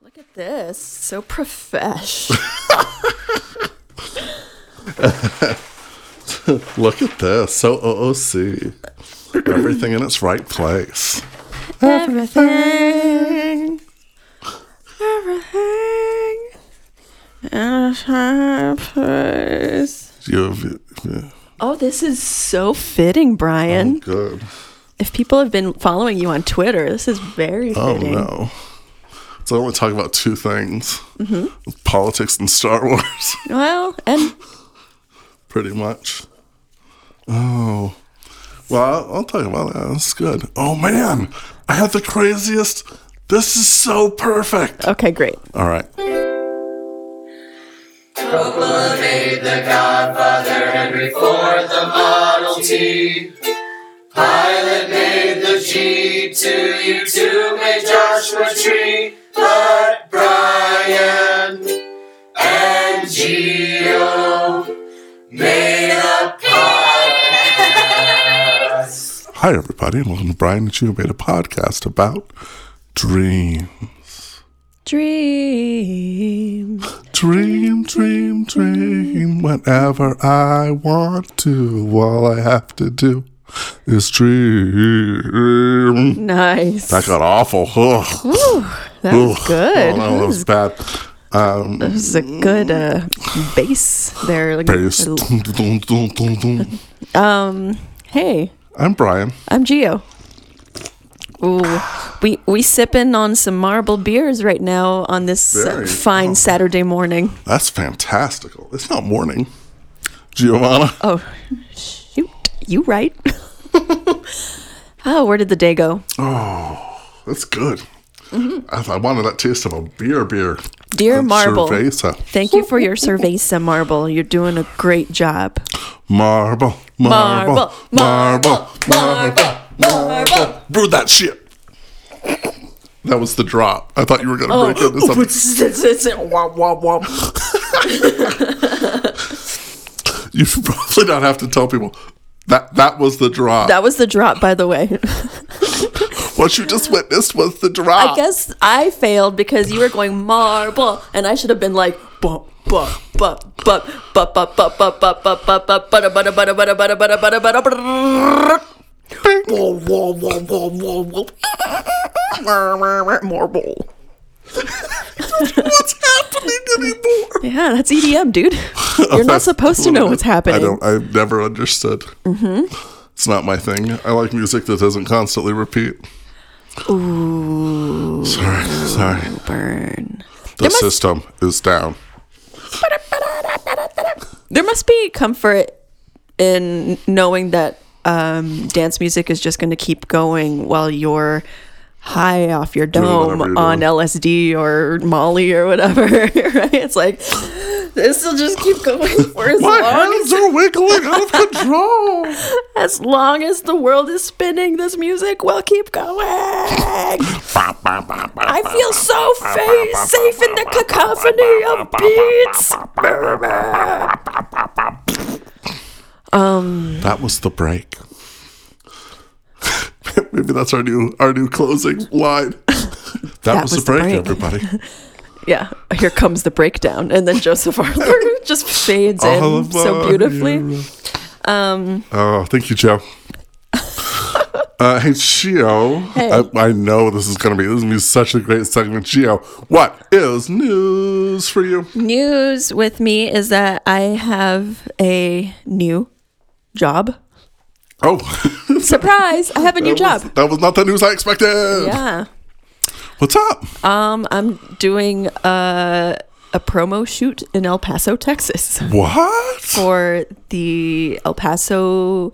Look at this. So profesh. Look at this. So OOC. Everything in its right place. Everything. Everything. And happens. You have, yeah. Oh, this is so fitting, Oh, Brian. good. If people have been following you on Twitter, this is very Oh, fitting. no. So I want to talk about two things politics and Star Wars, Well, and pretty much. Oh. Well, I'll, I'll talk about that. That's good. Oh, man. I had the craziest. This is so perfect. okay, great. All right. Hi, everybody, and welcome to Brian and Chew made a podcast about dream. Dream. Dream, dream, dream, whenever I want to. All I have to do is dream. Nice. That got awful. Ugh. That was good. Oh, no, that was bad. Um, This is a good uh, bass there. Like, bass. Dun, dun, dun, dun, dun. Um, hey, I'm Brian. I'm Geo. Ooh, we we sipping on some marble beers right now on this uh, Very. fine Saturday morning. That's fantastical. It's not morning. Giovanna. Oh, shoot, you right? oh, where did the day go? That's good. I, I wanted that taste of a beer, beer. Dear That Mm-hmm. marble, Cerveza. thank you for your cerveza marble. You're doing a great job. Marble, marble, Marble, marble, marble, marble, marble. brew that shit. That was the drop. I thought you were gonna break Oh. into something. Womp, womp, womp. You should probably not have to tell people that that was the drop. That was the drop, by the way. what you just witnessed was the drop. I guess I failed because you were going marble, and I should have been like bump. Marble. What's happening anymore? Yeah, that's EDM, dude. You're not supposed to know what's happening. I don't. I've never understood. Mm-hmm. It's not my thing. I like music that doesn't constantly repeat. Ooh. Sorry, sorry. Burn. The system is down. There must be comfort in knowing that um, dance music is just going to keep going while you're high off your whatever dome you're on doing. LSD or Molly or whatever. Right? It's like this will just keep going for as My long as, hands are wiggling out of control. as long as the world is spinning. This music will keep going. I I feel so fa- safe in the cacophony of beats. that was the break. Maybe that's our new our new closing line. That, was, the break, everybody. Yeah, here comes the breakdown, and then Joseph Arthur just fades in All of so our beautifully. Um, heroes. oh, thank you, Joe. uh, hey, Gio. I, I know this is gonna be this is gonna be such a great segment, Gio. What is news for you? News with me is that I have a new job. Oh, Surprise! I have a new job. that was not the news I expected. Yeah. What's up? Um, I'm doing a a promo shoot in El Paso, Texas, What? for the El Paso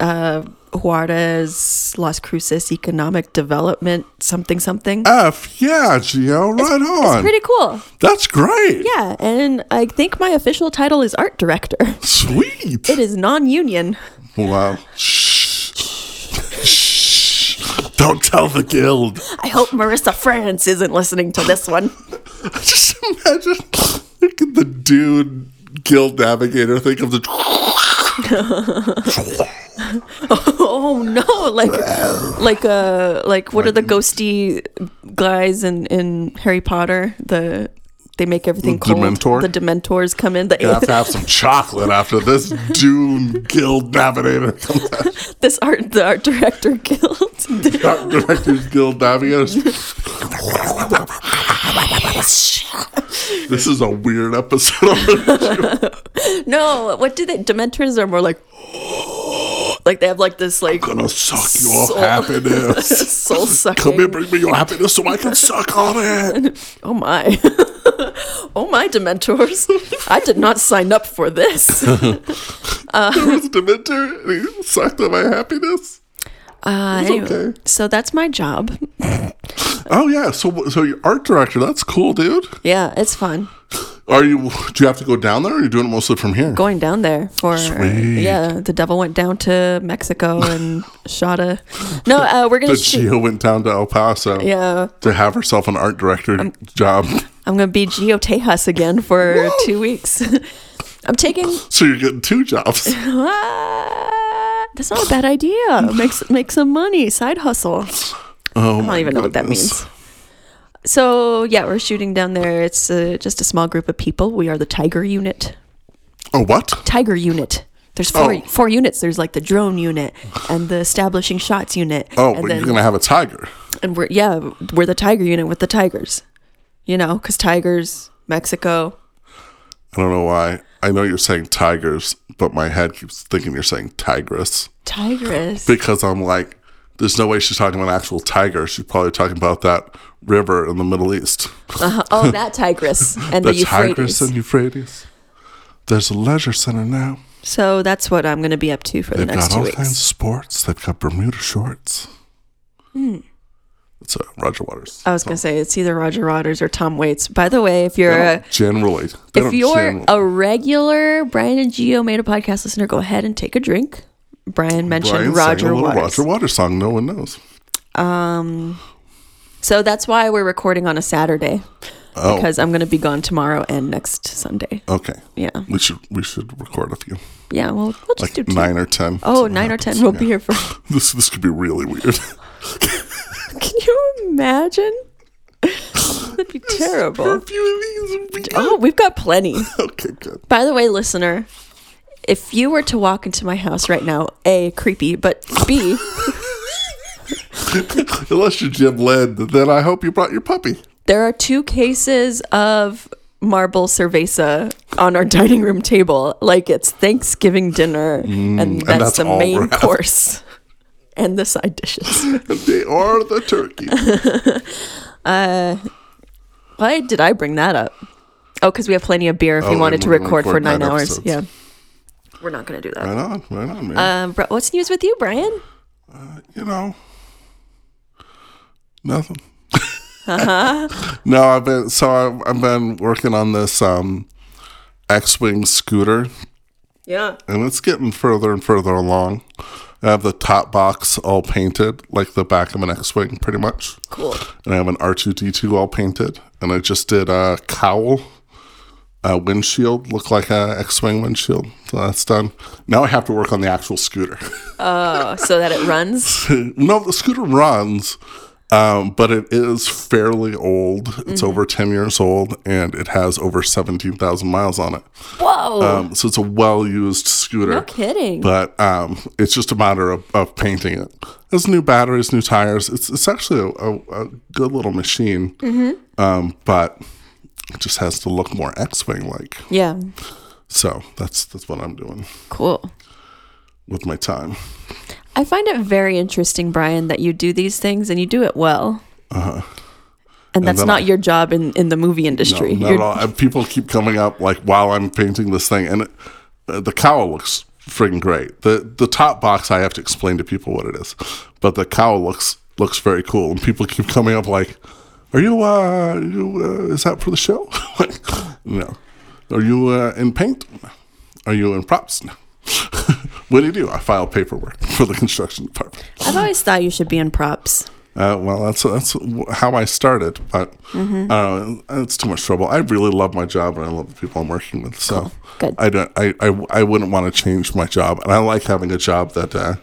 uh, Juarez Las Cruces Economic Development something something. F yeah, Gio, right on. It's pretty cool. That's great. Yeah, and I think my official title is art director. Sweet. It is non-union. Wow. Shh. Shh. Don't tell the guild. I hope Marissa France isn't listening to this one. Just imagine look at the dude guild navigator think of the Oh no, like like uh like what are the ghosty guys in in Harry Potter. The they make everything The cold. Dementor? The Dementors come in. The You have alien- to have some chocolate after this Dune Guild Navigator comes out. this art the art director guild. Dark Directors Guild Navigators. this is a weird episode. no, what do they? Dementors are more like like they have like this like I'm gonna suck your Soul- happiness. soul Come here, sucking. bring me your happiness so I can suck on it. Oh my. Oh my Dementors! I did not sign up for this. There was a Dementor and he sucked on my happiness. Uh, It's anyway, okay. So that's my job. Oh yeah, so so your art director, that's cool, dude. Yeah, it's fun Are you? Do you have to go down there, or are you doing it mostly from here? going down there for Sweet. yeah. The devil went down to Mexico and shot a. No, uh, we're gonna But shoot. Gio went down to El Paso Yeah, Um, to have herself an art director job. I'm gonna be Gio Tejas again for two weeks. I'm taking. So you're getting two jobs. Ah, that's not a bad idea. Make s- make some money, side hustle. Oh, I don't even know what that means. So yeah, we're shooting down there. It's uh, just a small group of people. We are the Tiger Unit. Oh, what? Tiger Unit. There's four Oh. four units. There's like the drone unit and the establishing shots unit. Oh, and but you're gonna have a tiger. and we're yeah we're the Tiger Unit with the tigers, you know, because tigers Mexico. I don't know why. I know you're saying tigers, but my head keeps thinking you're saying tigress Tigress. because I'm like, there's no way she's talking about an actual tiger. She's probably talking about that river in the Middle East, Uh-huh. Oh, that tigress and the the, Euphrates. Tigris and Euphrates. There's a leisure center now. so that's what I'm going to be up to for the They've next got two all weeks. kinds of sports. They've got Bermuda shorts. Hmm. It's uh, Roger Waters. I was going to say it's either Roger Waters or Tom Waits. By the way, if you're a, They don't generally, they if don't you're generally- a regular Brian and Geo made a podcast listener, go ahead and take a drink. Brian mentioned Brian sang Roger a little Waters. Roger Waters song. No one knows. Um, so that's why we're recording on a Saturday Oh, because I'm going to be gone tomorrow and next Sunday. okay. Yeah, We should we should record a few, yeah. Well, we'll just like do two. nine or ten. Oh, See what nine or happens. ten. We'll Yeah. be here for. This this could be really weird. Can you imagine? That'd be For a terrible. few of these. Oh, we've got plenty. Okay, good. By the way, listener, if you were to walk into my house right now, a creepy, but b Unless you're Jim Led, then I hope you brought your puppy. There are two cases of marble cerveza on our dining room table, like it's Thanksgiving dinner, and that's, Mm, that's the all we're main having. course and the side dishes. They are the turkey. Why did I bring that up? Oh, because we have plenty of beer if Oh, we then wanted to we can record, for record nine nine hours. episodes. Uh, Yeah, we're not gonna do that. right on, right on, man. Um, bro, what's news with you, Brian? you know, nothing. no, I've been so I've, I've been working on this um, X-wing scooter, Yeah, and it's getting further and further along. I have the top box all painted, like the back of an X-wing, pretty much, cool. and I have an R2D2 all painted, and I just did a cowl. Uh, windshield look like a X-wing windshield, so that's done. Now I have to work on the actual scooter. Oh, so that it runs. no, the scooter runs, um, but it is fairly old. It's Mm-hmm. over 10 years old and it has over 17,000 miles on it. Whoa, Um, so it's a well used scooter. no kidding. But um, it's just a matter of, of painting it. It's new batteries, new tires. It's, it's actually a, a, a good little machine, Mm-hmm. um, but it just has to look more X Wing like. yeah, So that's, that's what I'm doing cool. with my time. I find it very interesting, Brian, that you do these things and you do it well. And that's Uh-huh. then not I- your job in, in the movie industry. No, not You're- at all. And people keep coming up like while I'm painting this thing, and it, uh, the cowl looks friggin' great. the The top box I have to explain to people what it is, but the cowl looks looks very cool, and people keep coming up like, "Are you? Uh, are you uh, is that for the show? like, no. Are you uh, in paint? No. Are you in props? No. what do you do? I file paperwork for the construction department. I've always thought you should be in props. Uh, well, that's that's how I started, but Mm-hmm. uh, it's too much trouble. I really love my job, and I love the people I'm working with. So Good. I don't. I, I, I wouldn't want to change my job, and I like having a job that uh,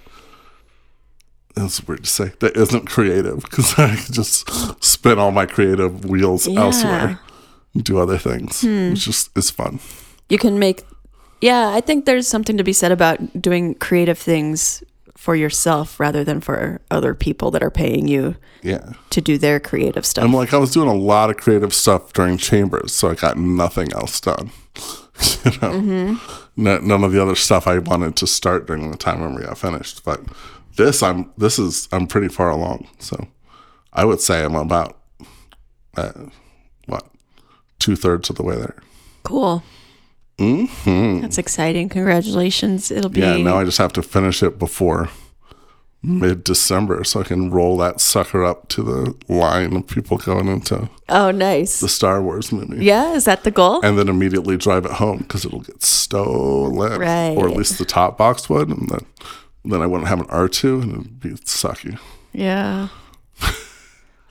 That's weird to say. That isn't creative because I could just spin all my creative wheels Yeah. Hmm. elsewhere and do other things. It's just it's fun. You can make. Yeah, I think there's something to be said about doing creative things for yourself rather than for other people that are paying you Yeah. to do their creative stuff. I'm like I was doing a lot of creative stuff during chambers, so I got nothing else done. you know, no, none of the other stuff I wanted to start during the time when we got finished. But this, I'm this is I'm pretty far along. So I would say I'm about uh, what two thirds of the way there. cool. That's exciting. Congratulations. It'll be. Mm-hmm. Yeah, now I just have to finish it before mid December so I can roll that sucker up to the line of people going into oh, nice. the Star Wars movie. Yeah, is that the goal? And then immediately drive it home because it'll get stolen. Right. Or at least the top box would. And then, then I wouldn't have an R2 and it'd be sucky. Yeah.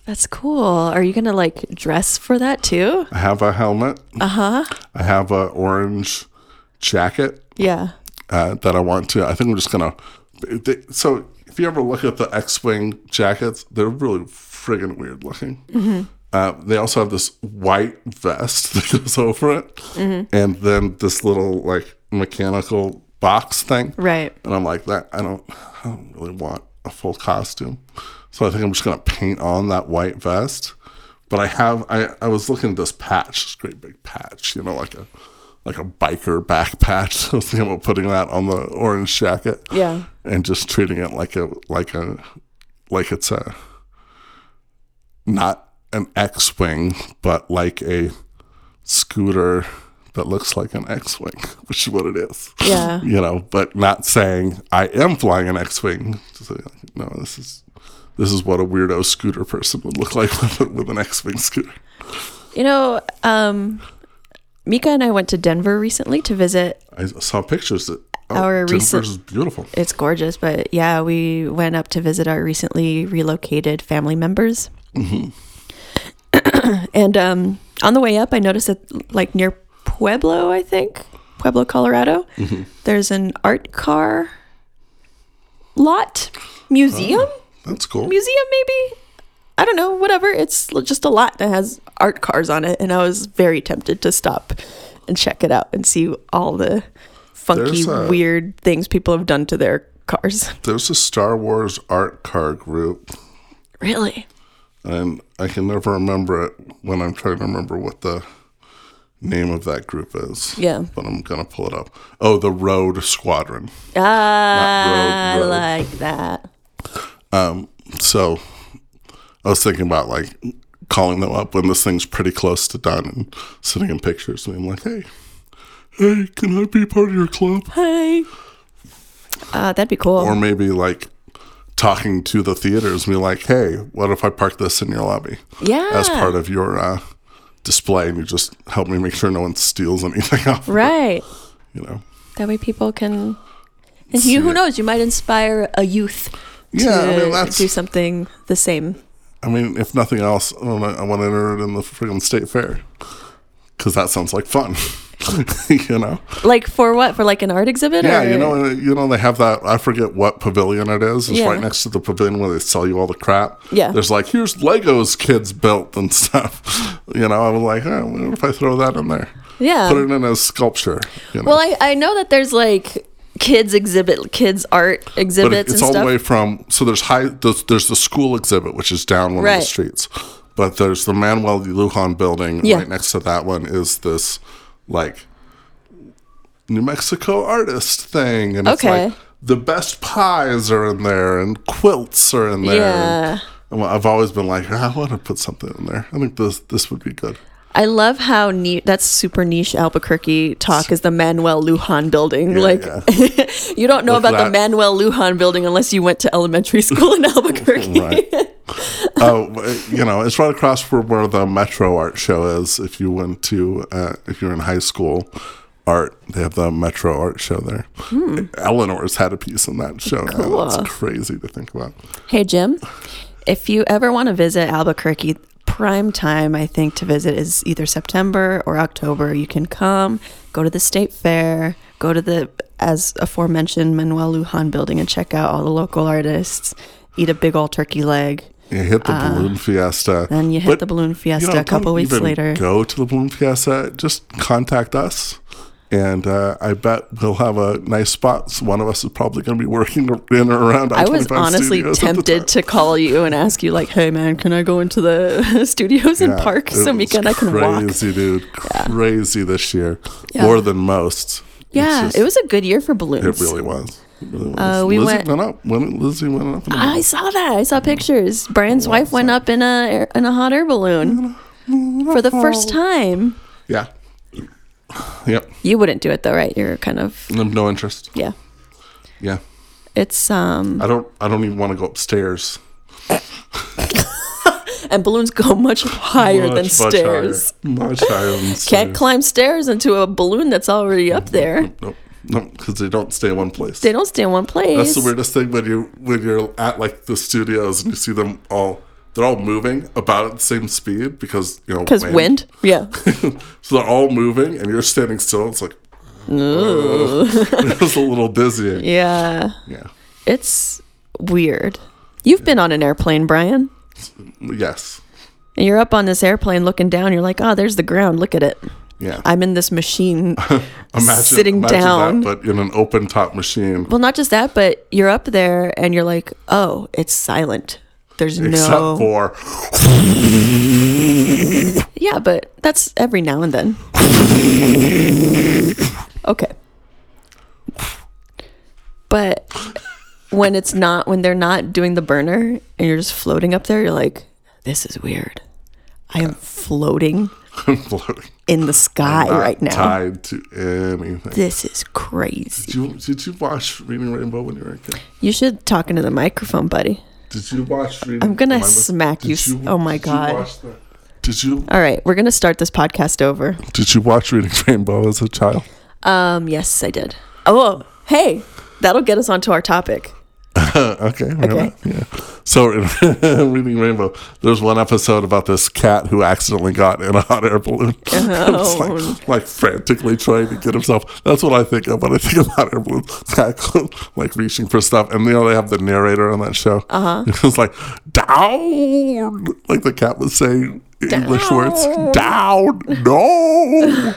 That's cool. Are you going to like dress for that too? I have a helmet. Uh huh. I have a orange jacket Yeah. uh, that I want to. I think I'm just gonna. They, so if you ever look at the X-wing jackets, they're really friggin' weird looking. Uh, they also have this white vest that goes over it, and then this little like mechanical box thing. Right. And I'm like that. I don't. I don't really want a full costume, so I think I'm just gonna paint on that white vest. But I have. I I was looking at this patch, this great big patch. You know, like a like a biker back patch. I was thinking about putting that on the orange jacket. Yeah. And just treating it like a like a like it's a not an X-wing, but like a scooter that looks like an X-wing, which is what it is Yeah. you know, but not saying I am flying an X-wing. Just like, no, this is this is what a weirdo scooter person would look like with, a- with an X-wing scooter. You know, um, Mika and I went to Denver recently to visit. I saw pictures that oh, Our Denver's recent- is beautiful. It's gorgeous, but yeah, we went up to visit our recently relocated family members. and um, on the way up, I noticed that, like near Pueblo, I think, Pueblo, Colorado, there's an art car lot museum. That's cool. museum maybe i don't know whatever it's l- just a lot that has art cars on it and i was very tempted to stop and check it out and see all the funky There's a- weird things people have done to their cars There's a Star Wars art car group, really and I can never remember it when I'm trying to remember what the name of that group is. Yeah. but I'm gonna pull it up. Oh, the Road Squadron. i Ah, road. like that So I was thinking about like calling them up when this thing's pretty close to done and sending them pictures and being like, hey, hey, can I be part of your club? hey uh, that'd be cool Or maybe like talking to the theaters and be like, hey, what if I park this in your lobby? yeah As part of your uh, display and you just help me make sure no one steals anything off, right you know? that way people can and you, who it. knows you might inspire a youth to Yeah, I mean, that's, do something the same I mean, if nothing else, I want to, I want to enter it in the friggin' state fair because that sounds like fun, you know? like for what for like an art exhibit Yeah, or? you know, you know, they have that. I forget what pavilion it is. It's Yeah. right next to the pavilion where they sell you all the crap. Yeah. there's like here's Legos kids built and stuff. You know, I was like, oh, what if I throw that in there? Yeah. put it in as sculpture. You know? Well, I, I know that there's like kids exhibit, kids art but it- exhibits it's and all stuff. the way from so there's high there's, there's the school exhibit which is down one of Right. the streets, but there's the Manuel de Lujan building Yeah. right next to that one is this like New Mexico artist thing, and Okay. it's like the best pies are in there and quilts are in there. Yeah. And well, I've always been like, "Ah, I want to put something in there. I think this this would be good. I love how neat that's super niche Albuquerque talk is the Manuel Lujan building. like yeah. you don't know Look about the that- Manuel Lujan building unless you went to elementary school in Albuquerque. Right. oh, you know, it's right across from where the Metro Art Show is. If you went to, uh, if you're in high school, art they have the Metro Art Show there. Eleanor's had a piece in that show. Now. Hmm. Cool. That's crazy to think about. Hey Jim, if you ever want to visit Albuquerque, prime time I think to visit is either September or October. You can come, go to the state fair, go to the as aforementioned Manuel Lujan building and check out all the local artists eat a big old turkey leg. You hit the balloon fiesta. Uh, Then you hit But, the balloon fiesta you know, a couple don't weeks even later. Go to the balloon fiesta. Just contact us, and uh, I bet we'll have a nice spot. So one of us is probably going to be working in or around. I was I-25 honestly Studios at the tempted time. to call you and ask you, like, hey, man, can I go into the studios and Yeah, park it some was weekend I can walk? Crazy, dude. Crazy this year, Yeah. more than most. Yeah, It's just- it was a good year for balloons. It really was. It really was. Uh, we Lizzie went- up. When Lizzie went up. in I saw that. I saw pictures. Brian's wife went up in a air- in a hot air balloon for the first time. Yeah. Yep. You wouldn't do it though, right? You're kind of No- No interest. yeah. Yeah. It's um I don't. I don't even want to go upstairs. and balloons go much higher than Much, much higher. stairs. Much higher than Can't stairs. climb stairs into a balloon that's already up there. Nope. Nope. Because they don't stay in one place. They don't stay in one place. That's the weirdest thing when you when you're at like the studios and you see them all. They're all moving about at the same speed because you know Because wind. Yeah. so they're all moving and you're standing still. It's like it was a little dizzying. yeah. Yeah. It's weird. You've been on an airplane, Brian. Yes. And you're up on this airplane looking down. You're like, oh, there's the ground. Look at it. Yeah. I'm in this machine. imagine sitting imagine down. that, but in an open top machine. well, not just that, but you're up there and you're like, oh, it's silent. There's Except no. for yeah, but that's every now and then. okay. But when it's not, when they're not doing the burner and you're just floating up there, you're like, this is weird. I am floating I'm floating. in the sky Not right now. Tied to anything. This is crazy. Did you did you watch Reading Rainbow when you were a kid? You should talk into the microphone, buddy. Did you watch Reading? I'm gonna Am I mis- smack Did you s- oh my did you God. watch the- did you All right, we're gonna start this podcast over. did you watch Reading Rainbow as a child? Um, yes, I did. Oh, hey, that'll get us onto our topic. okay. we're gonna- Yeah. So in Reading Rainbow, there's one episode about this cat who accidentally got in a hot air balloon. It's like, like frantically trying to get himself. That's what I think of when I think of hot air balloons. Cat like reaching for stuff, and you know they have the narrator on that show. Uh huh. It was like down, like the cat was saying English words. Down, no,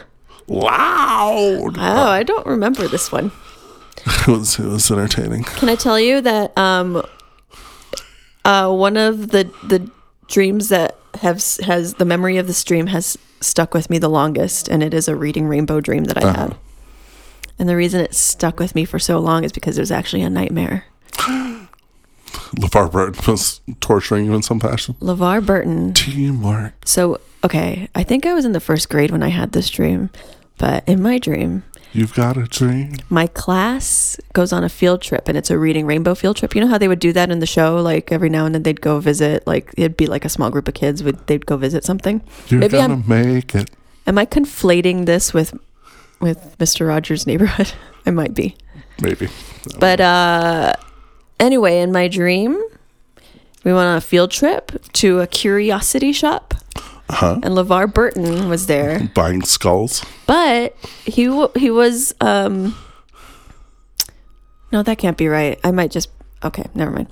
loud. Oh, I don't remember this one. It was it was entertaining. Can I tell you that um, uh, one of the the dreams that have s- has the memory of this dream has stuck with me the longest, and it is a reading rainbow dream that I had. And the reason it stuck with me for so long is because it was actually a nightmare. LeVar Burton was torturing you in some fashion. LeVar Burton Teamwork. So, okay, I think I was in the first grade when I had this dream, but in my dream, You've got a dream. my class goes on a field trip and it's a reading rainbow field trip. You know how they would do that in the show? Like every now and then they'd go visit, like it'd be like a small group of kids, would they'd go visit something. You're Maybe gonna I'm, make it. am I conflating this with, with Mr. Rogers' neighborhood? I might be. Maybe. But uh, anyway, in my dream, we went on a field trip to a curiosity shop Huh? and LeVar Burton was there. Buying skulls. but he w- he was um no that can't be right i might just okay never mind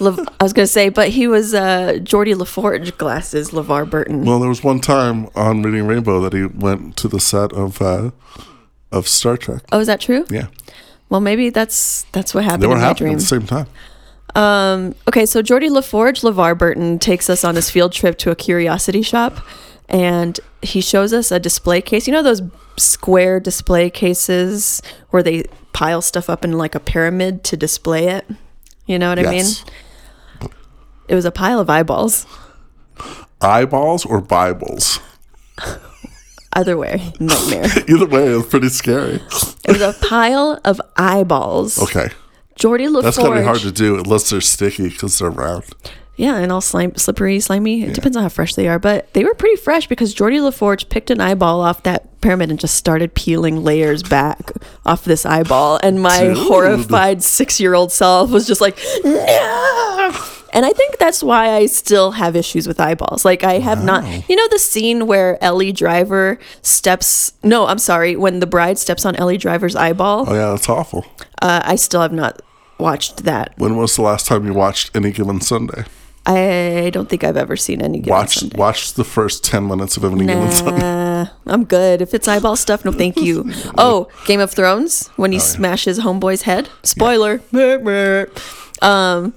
Lev- i was gonna say but he was uh geordie laforge glasses levar burton Well, there was one time on Reading Rainbow that he went to the set of uh, of Star Trek. oh is that true Yeah, well maybe that's that's what happened they were in my happening at dream the same time. um okay so geordie laforge levar burton takes us on this field trip to a curiosity shop and he shows us a display case you know those square display cases where they pile stuff up in like a pyramid to display it you know what i mean yes. It was a pile of eyeballs. Eyeballs or Bibles. Either way, nightmare. Either way, it was pretty scary. it was a pile of eyeballs. Okay, Geordie LaForge. that's gonna be hard to do unless they're sticky because they're round. yeah, and all slime, slippery, slimy. It depends on how fresh they are, but they were pretty fresh because Geordie LaForge picked an eyeball off that pyramid and just started peeling layers back off this eyeball. And my Dude. horrified six-year-old self was just like, no. And I think that's why I still have issues with eyeballs. Like I have not, you know, the scene where Ellie Driver steps. No, Uh, I'm sorry. When the bride steps on Ellie Driver's eyeball, Oh yeah, that's awful. uh, I still have not watched that. When was the last time you watched Any Given Sunday? I don't think I've ever seen any. Given Watch Sunday. watch the first ten minutes of Any Given Sunday. Nah, Uh, I'm good. If it's eyeball stuff, no thank you. Oh, Game of Thrones when Oh, he smashes homeboy's head. Spoiler. um,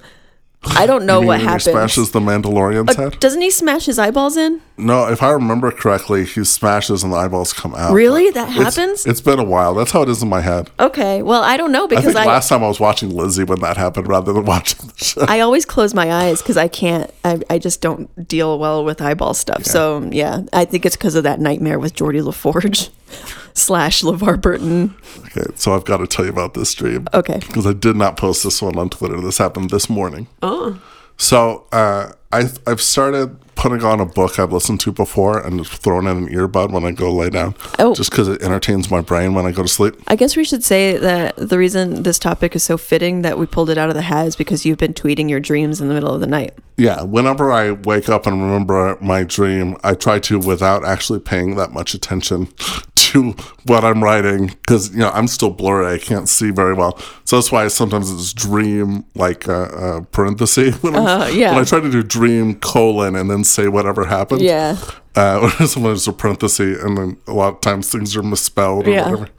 I don't know You what mean when he happens. Smashes the Mandalorian's Uh, head. doesn't he smash his eyeballs in? No, if I remember correctly, he smashes and the eyeballs come out. Really? That It's- happens? it's been a while. That's how it is in my head. Okay. Well, I don't know I because think I last time I was watching Lizzie when that happened rather than watching the show. I always close my eyes because I can't. I, I just don't deal well with eyeball stuff. So yeah, I think it's because of that nightmare with Geordie LaForge slash LeVar Burton. Okay, so I've got to tell you about this dream. Okay. Because I did not post this one on Twitter. This happened this morning. Oh. So uh, I've, I've started putting on a book I've listened to before and just throwing in an earbud when I go lay down. Oh. Just because it entertains my brain when I go to sleep. I guess we should say that the reason this topic is so fitting that we pulled it out of the hat is because you've been tweeting your dreams in the middle of the night. Yeah, whenever I wake up and remember my dream, I try to without actually paying that much attention to what I'm writing because you know I'm still blurry. I can't see very well, so that's why sometimes it's dream like uh, uh, parenthesis when, I'm- Uh, yeah. when I try to do dream colon and then say whatever happened. Yeah. uh, or sometimes a parenthesis, and then a lot of times things are misspelled or Yeah. whatever.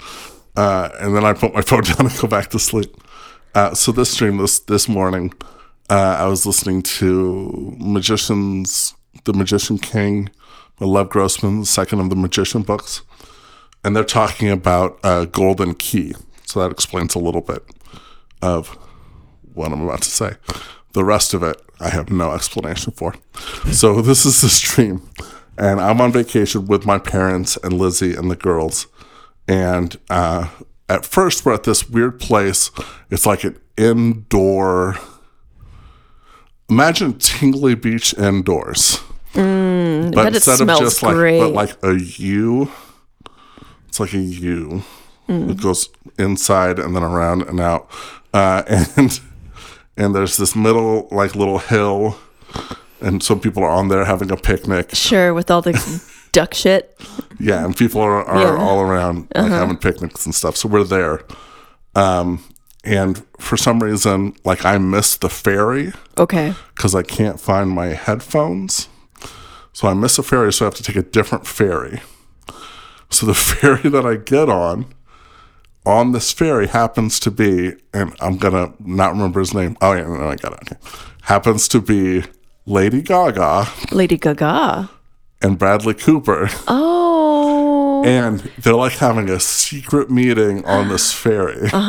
Uh, and then I put my phone down and go back to sleep. Uh, so this stream this this morning, uh, I was listening to Magicians, The Magician King, by Lev Grossman, the second of the Magician books, and they're talking about uh, Golden Key. So that explains a little bit of what I'm about to say. The rest of it, I have no explanation for. So this is the stream, and I'm on vacation with my parents and Lizzie and the girls. And uh, at first, we're at this weird place. It's like an indoor. Imagine Tingley Beach indoors, but bet Mm, it smells like great. but like a U, it's like a U. It Mm. goes inside and then around and out, uh, and and there's this middle like little hill, and some people are on there having a picnic. Sure, with all the duck shit. Yeah, and people are, are all around like, having picnics and stuff. So we're there, um, and for some reason, like I missed the ferry Okay. because I can't find my headphones. So I miss a ferry, so I have to take a different ferry. So the ferry that I get on, on this ferry happens to be, and I'm gonna not remember his name. Oh yeah, no, I got it. Okay. Happens to be Lady Gaga Lady Gaga. and Bradley Cooper, Oh. and they're like having a secret meeting on this ferry. Uh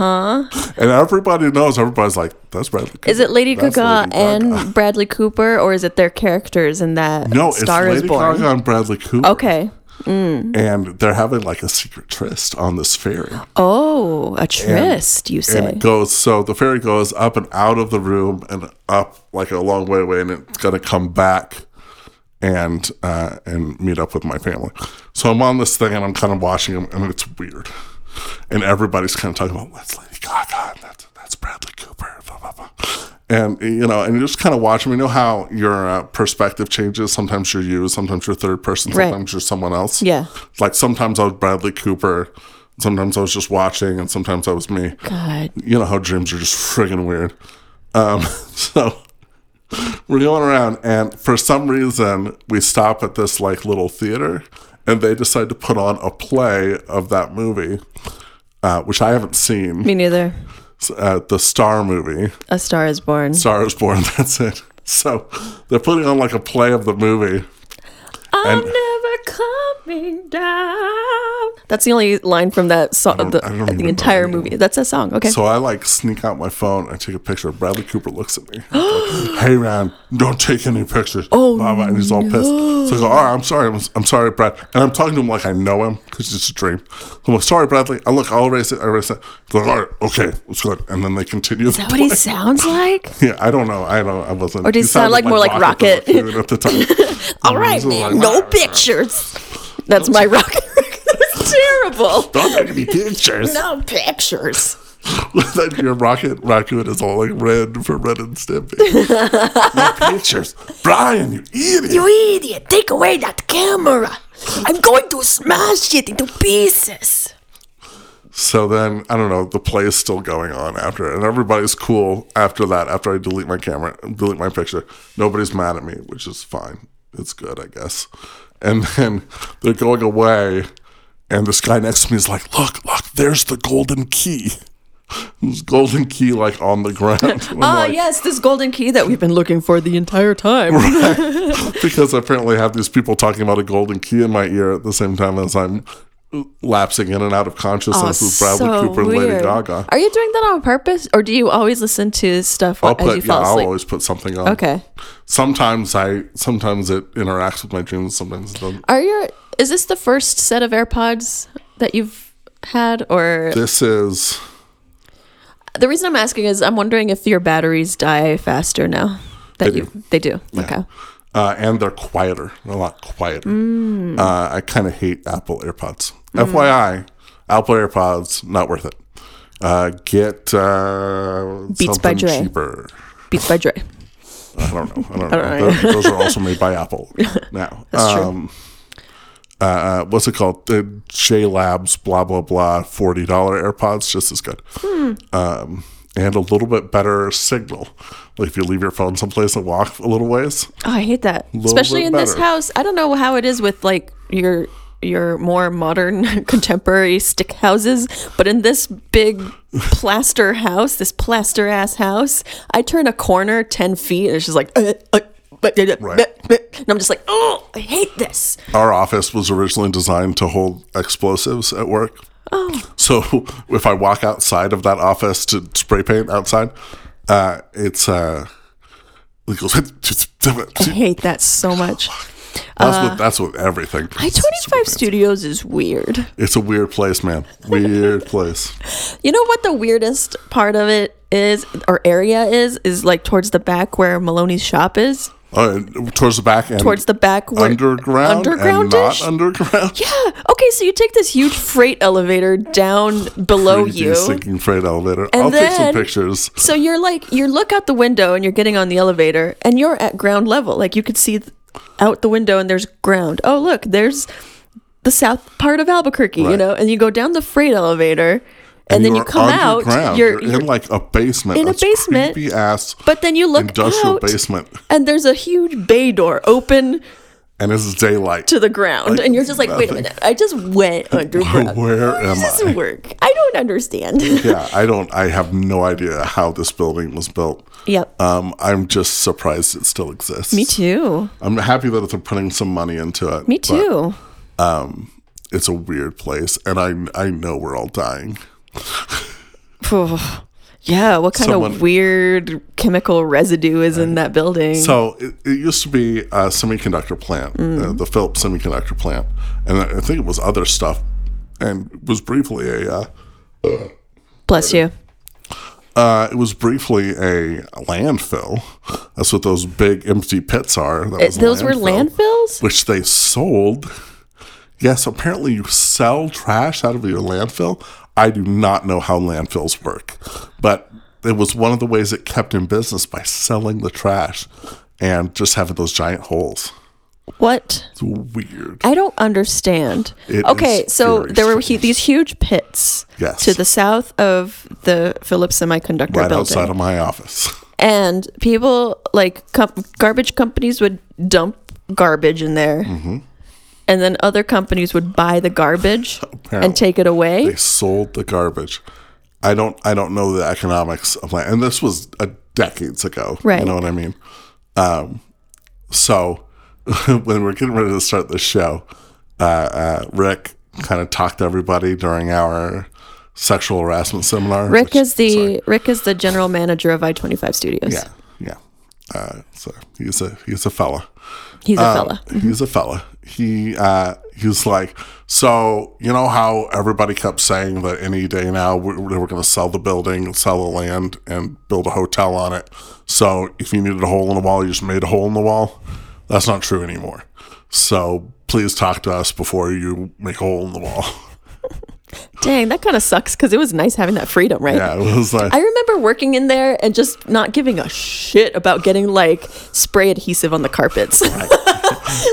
huh. And everybody knows. Everybody's like, "That's Bradley." Cooper. Uh-huh. Is it Lady That's Gaga Lady Gaga." and Bradley Cooper, or is it their characters in that no? It's Star Lady is Born? Gaga and Bradley Cooper. Okay. and they're having like a secret tryst on this ferry. Oh, a tryst, you And say? it goes so the ferry goes up and out of the room and up like a long way away, and it's gonna come back and uh, and meet up with my family. So I'm on this thing and I'm kind of watching them, and it's weird. And everybody's kind of talking about that's Lady Gaga, and that's that's Bradley Cooper, blah blah blah. And you know, and you're just kind of watching. You know how your uh, perspective changes. Sometimes you're you, sometimes you're third person, Right. sometimes you're someone else. Yeah. Like sometimes I was Bradley Cooper, sometimes I was just watching, and sometimes I was me. God. You know how dreams are just friggin' weird. Um, so we're going around, and for some reason, we stop at this like little theater, and they decide to put on a play of that movie, uh, which I haven't seen. Me neither. It's, Uh, the Star movie. A Star is Born. Star is Born. That's it. So they're putting on like a play of the movie. I'm and- never coming down. That's the only line from that song, of the, I don't of the even entire know. movie. That's a song. Okay. So I like sneak out my phone. I take a picture. Bradley Cooper looks at me. Like, hey man, don't take any pictures. Oh, Mama, and he's all pissed. So I go, all right, I'm sorry, I'm, I'm sorry, Brad. And I'm talking to him like I know him because it's a dream. So I'm like, sorry, Bradley. I look, I'll erase it. I erase it. He's like, all right, okay, it's good. And then they continue. is that what he sounds like? yeah, I don't know. I don't. I wasn't. Or did he sound like more like Rocket? at the time? All right, He's all man. like, No pictures. That's my rocket. That's terrible. Don't take any pictures. No pictures. that your rocket raccoon is all like red for red and stimpy. no pictures. Brian, you idiot. You idiot. Take away that camera. I'm going to smash it into pieces. So then I don't know. The play is still going on after, it, and everybody's cool after that. After I delete my camera, delete my picture, nobody's mad at me, which is fine. It's good, I guess. And then they're going away, and this guy next to me is like, "Look, look, there's the golden key." This golden key, like on the ground. Oh Ah, yes, this golden key that we've been looking for the entire time. because I apparently have these people talking about a golden key in my ear at the same time as I'm lapsing in and out of consciousness with Bradley So Cooper and Lady weird. Gaga. Are you doing that on purpose, or do you always listen to stuff I'll as you put yeah, fall I'll asleep? always put something on. okay. Sometimes I sometimes it interacts with my dreams, sometimes it doesn't. Are your is this the first set of AirPods that you've had, or This is the reason I'm asking is I'm wondering if your batteries die faster now that They you they do. Okay. uh, and they're quieter. They're a lot quieter. Mm. Uh, I kind of hate Apple AirPods. FYI, Apple AirPods not worth it. Uh, get uh, Beats by something Dre. cheaper. Beats by Dre. I don't know. I don't, I don't know. know. Those, those are also made by Apple now. um, That's true. Uh, uh, what's it called? The J Labs, blah, blah, blah, $40 AirPods, just as good. Hmm. Um, and a little bit better signal. Like if you leave your phone someplace and walk a little ways, Oh, I hate that. Little Especially bit in this better. house. I don't know how it is with like your your more modern contemporary stick houses, but in this big plaster house, this plaster ass house, I turn a corner 10 feet and it's just like uh, uh, uh, uh, Right. uh, uh, and I'm just like, "Oh, I hate this." our office was originally designed to hold explosives at work. Oh. So if I walk outside of that office to spray paint outside, uh, it's uh, it goes. I hate that so much. Oh, That's what that's what everything. Uh, I e- 25 Studios is weird. It's a weird place, man. Weird place. You know what the weirdest part of it is or area is is like towards the back where Maloney's shop is. Uh, towards the back end. Towards the back where underground. and not underground-ish? underground. Yeah. Okay, so you take this huge freight elevator down below Creepy oh, you. Sinking freight elevator. And I'll take some then- pictures. So you're like you look out the window and you're getting on the elevator and you're at ground level. Like you could see th- out the window and there's ground. Oh, look, there's the south part of Albuquerque, you Right. know, and you go down the freight elevator and, then you are come out, underground. you're, you're- in like a basement. in a basement, Creepy ass but then you look industrial out basement, and there's a huge bay door open and it's daylight. to the ground and you're just like, wait a nothing. minute, I just went underground. Where am this I? doesn't work. I don't understand. yeah, I don't. I have no idea how this building was built. yep. Um, I'm just surprised it still exists. Me too. I'm happy that they're putting some money into it. Me but too. Um, it's a weird place, and I I know we're all dying. Mm. Phew. yeah, what kind Someone- of weird chemical residue is in that building? So it, it used to be a semiconductor plant, uh, Mm. the Phillips semiconductor plant, and I I think it was other stuff, and it was briefly a uh, Bless you. uh, it was briefly a landfill. That's what those big empty pits are. That was a Uh, Those were landfills? which they sold. Yes, apparently you sell trash out of your landfill. I do not know how landfills work, but it was one of the ways it kept in business by selling the trash and just having those giant holes. What? It's weird. I don't understand. It okay, is so very there were hu strange. these huge pits Yes. to the south of the Phillips Semiconductor Right building. outside of my office. and people like com- garbage companies would dump garbage in there Mm-hmm. and then other companies would buy the garbage Apparently. and take it away They sold the garbage. I don't I don't know the economics of land and this was a decades ago. Right. You know what I mean? Um so when we're getting ready to start the show, uh, uh Rick kind of talked to everybody during our sexual harassment seminar. rick which- is the rick is the general manager of i-25 studios Yeah, yeah. Uh, so he's a he's a fella. he's a Um, fella He's a fella. He uh, he was like, so you know how everybody kept saying that any day now we we were going to sell the building, sell the land, and build a hotel on it. So if you needed a hole in the wall, you just made a hole in the wall. That's not true anymore. So please talk to us before you make a hole in the wall. dang that kind of sucks because it was nice having that freedom right Yeah, it was like I remember working in there and just not giving a shit about getting like spray adhesive on the carpets. like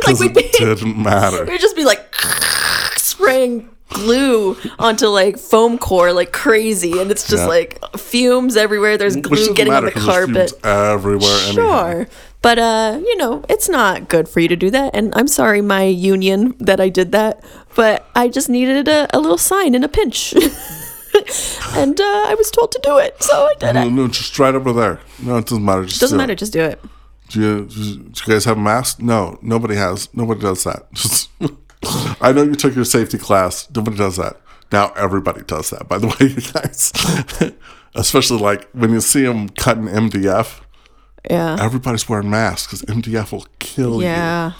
'cause we'd be, it didn't matter. we'd just be like spraying glue onto like foam core like crazy, and it's just Yeah. like fumes everywhere. There's Which glue doesn't getting on matter the 'cause there's carpet. fumes everywhere. anyhow. Sure. But uh, you know, it's not good for you to do that. And I'm sorry, my union that I did that. But I just needed a, a little sign in a pinch, and uh, I was told to do it, so I did No, it. no, just right over there. No, it doesn't matter. Just Doesn't do it. matter. Just do it. Do you, do you guys have masks? No, nobody has. Nobody does that. Just- I know you took your safety class. Nobody does that. Now everybody does that, by the way, you guys. Especially like when you see them cutting MDF, Yeah. everybody's wearing masks because MDF will kill you. Yeah.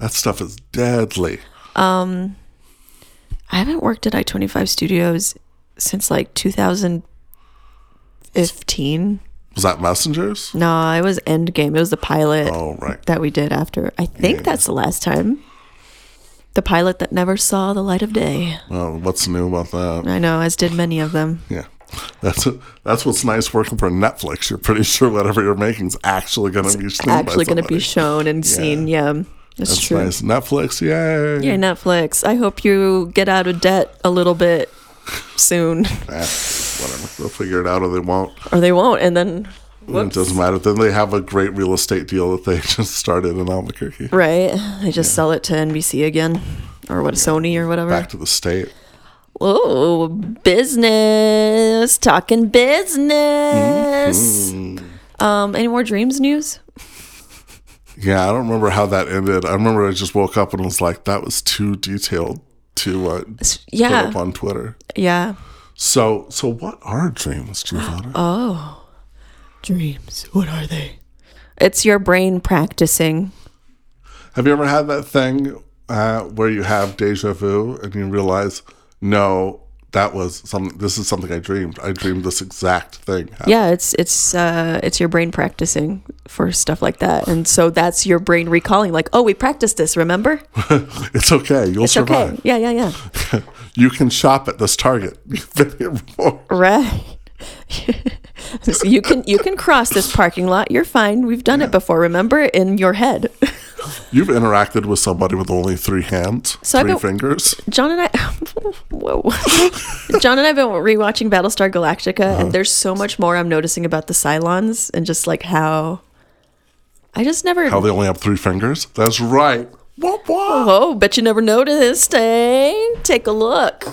That stuff is deadly. Um, I haven't worked at I twenty five Studios since like 2015. Was that Messengers? No, it was Endgame. It was the pilot Oh, right. that we did after. I think Yeah. that's the last time. The pilot that never saw the light of day. Well, what's new about that? I know, as did many of them. Yeah. That's that's what's nice working for Netflix. You're pretty sure whatever you're making is actually going to be seen by Actually, going to be somebody. shown and seen. Yeah, that's, That's true. nice. Netflix, yay. Yeah, Netflix. I hope you get out of debt a little bit soon, Eh, whatever. They'll figure it out or they won't. or they won't. And then, It doesn't matter. Then they have a great real estate deal that they just started in Albuquerque. right? They just sell it to NBC again, or what? Sony or whatever. Back to the state. Oh, business. Talking business. Mm-hmm. Um, any more dreams news? Yeah, I don't remember how that ended. I remember I just woke up and was like, that was too detailed to uh, S- put Yeah. up on Twitter. Yeah. So, so what are dreams, Giovanna? Oh. Dreams. What are they? It's your brain practicing. Have you ever had that thing uh, where you have deja vu and you realize, no, that was something. This is something I dreamed. I dreamed this exact thing. Yeah, it's it's uh it's your brain practicing for stuff like that. And so that's your brain recalling like, "Oh, we practiced this, remember?" It's okay. You'll It's survive. okay. Yeah, yeah, yeah. you can shop at this Target. You've been here before. Right. So you can you can cross this parking lot. You're fine. We've done it before. Remember in your head. You've interacted with somebody with only three hands, So I 3 don't- fingers. John and I, whoa, John and I've been rewatching Battlestar Galactica, and there's so much more I'm noticing about the Cylons and just like how I just never. How they only have three fingers? That's right. Whoop, whoop. oh, bet you never noticed, eh? Take a look.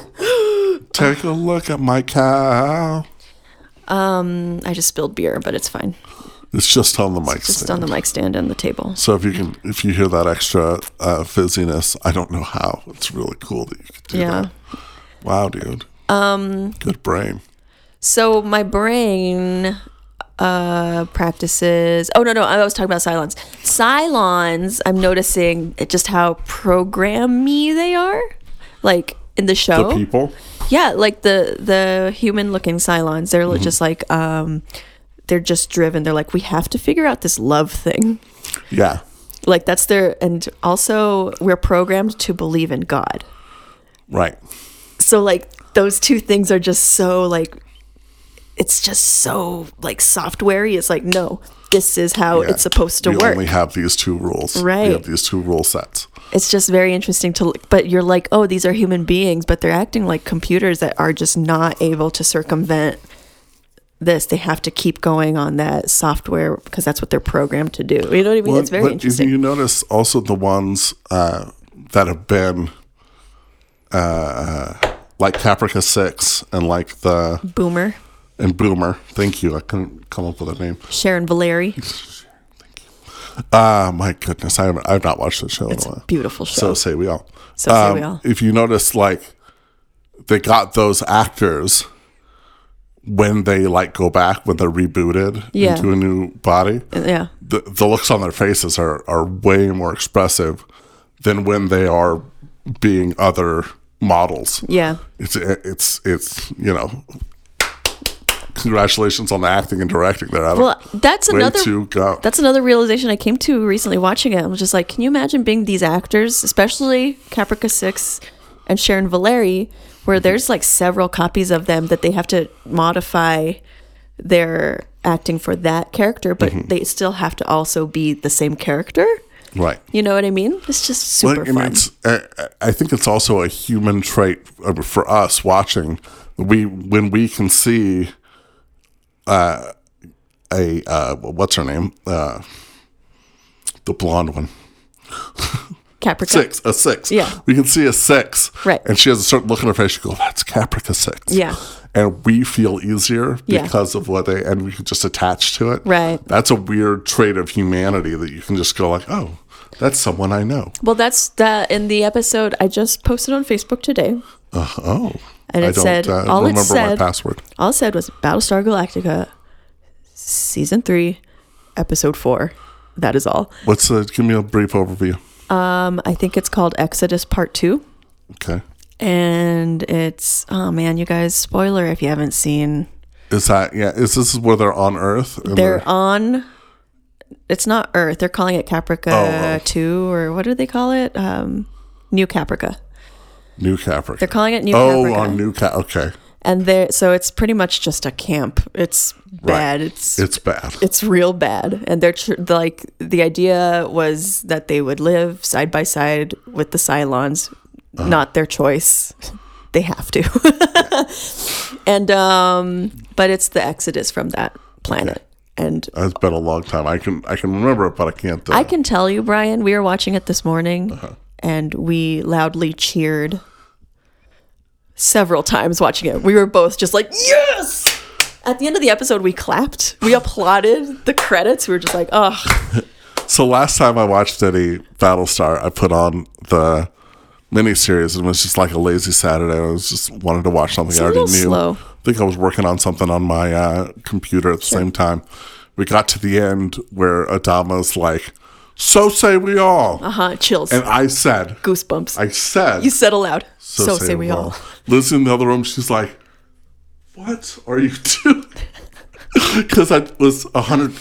Take a look at my cow. Um, I just spilled beer, but it's fine. It's just on the mic Just stand. on the mic stand and the table. so if you can, if you hear that extra uh, fizziness, I don't know how. It's really cool that you could do Yeah. that. Wow, dude. Um. Good brain. So my brain uh practices oh no no i was talking about cylons cylons i'm noticing just how programmy they are like in the The show people. Yeah, like the the human looking Cylons, they're Mm-hmm. li- just like um they're just driven. They're like we have to figure out this love thing. Yeah. Like that's their and also we're programmed to believe in God. Right. So like those two things are just so like it's just so like softwarey. It's like no, this is how Yeah. it's supposed to you work. only have these two rules. Right. You have these two rule sets. it's just very interesting to look but you're like oh these are human beings but they're acting like computers that are just not able to circumvent this they have to keep going on that software because that's what they're programmed to do you know what i mean Well, it's very but interesting You notice also the ones uh, that have been uh, like Caprica Six and like the boomer and Boomer. Thank you. I couldn't come up with a name. sharon valeri Ah, my goodness. I haven't, I've not watched the show it's in a a while. beautiful show So say we all. Um, So say we all. If you notice, like they got those actors when they like go back when they're rebooted Yeah. into a new body. yeah the, the looks on their faces are, are way more expressive than when they are being other models. yeah It's it's it's you know, congratulations on the acting and directing there. Adam. well that's way another to go. That's another realization I came to recently watching it. I'm just like, can you imagine being these actors, especially Caprica Six and Sharon Valeri, Mm-hmm. where there's like several copies of them that they have to modify Mm-hmm. their acting for that character, but they still have to also be the same character. Right. You know what I mean? It's just super Like, and fun. it's, I, I think it's also a human trait uh, for us watching. We when we can see, uh, a uh, what's her name, uh, the blonde one, Capricorn. six, a six. Yeah. we can see a six. Right. and she has a certain look on her face. She goes, "That's Caprica six. Yeah. and we feel easier Yeah. because of what they and we can just attach to it. Right. that's a weird trait of humanity that you can just go like, oh, that's someone I know. Well, that's the in the episode I just posted on Facebook today. Uh, oh, And it I don't said- uh, all it remember my said- password. All it said was Battlestar Galactica, season three, episode four. That is all. What's the? Give me a brief overview. Um, I think it's called Exodus Part Two, Okay, and it's oh man, you guys, spoiler if you haven't seen. is that yeah? Is this where they're on Earth? and They're on. It's not Earth. They're calling it Caprica Oh, oh. Two, or what do they call it? Um, New Caprica. New Caprica? They're calling it New oh, Caprica. on New Cap. Okay, and they so it's pretty much just a camp. It's bad. It's it's bad. it's real bad and they're tr- like the idea was that they would live side by side with the cylons not their choice they have to and um but it's the exodus from that planet and It's been a long time. I can I can remember it, but I can't. Uh, i can tell you brian we were watching it this morning and we loudly cheered several times watching it we were both just like yes at the end of the episode we clapped we applauded the credits we were just like oh so last time I watched any Battlestar, I put on the miniseries and it was just like a lazy Saturday. I was just wanted to watch something I a already knew. little slow. I think I was working on something on my uh, computer at the same time. We got to the end where Adama's like, "So say we all," Uh-huh. Chills. and I said, Goosebumps. "I said." you said aloud. So, say, we all. Liz in the other room, she's like, "What are you doing?" Because I was a hundred.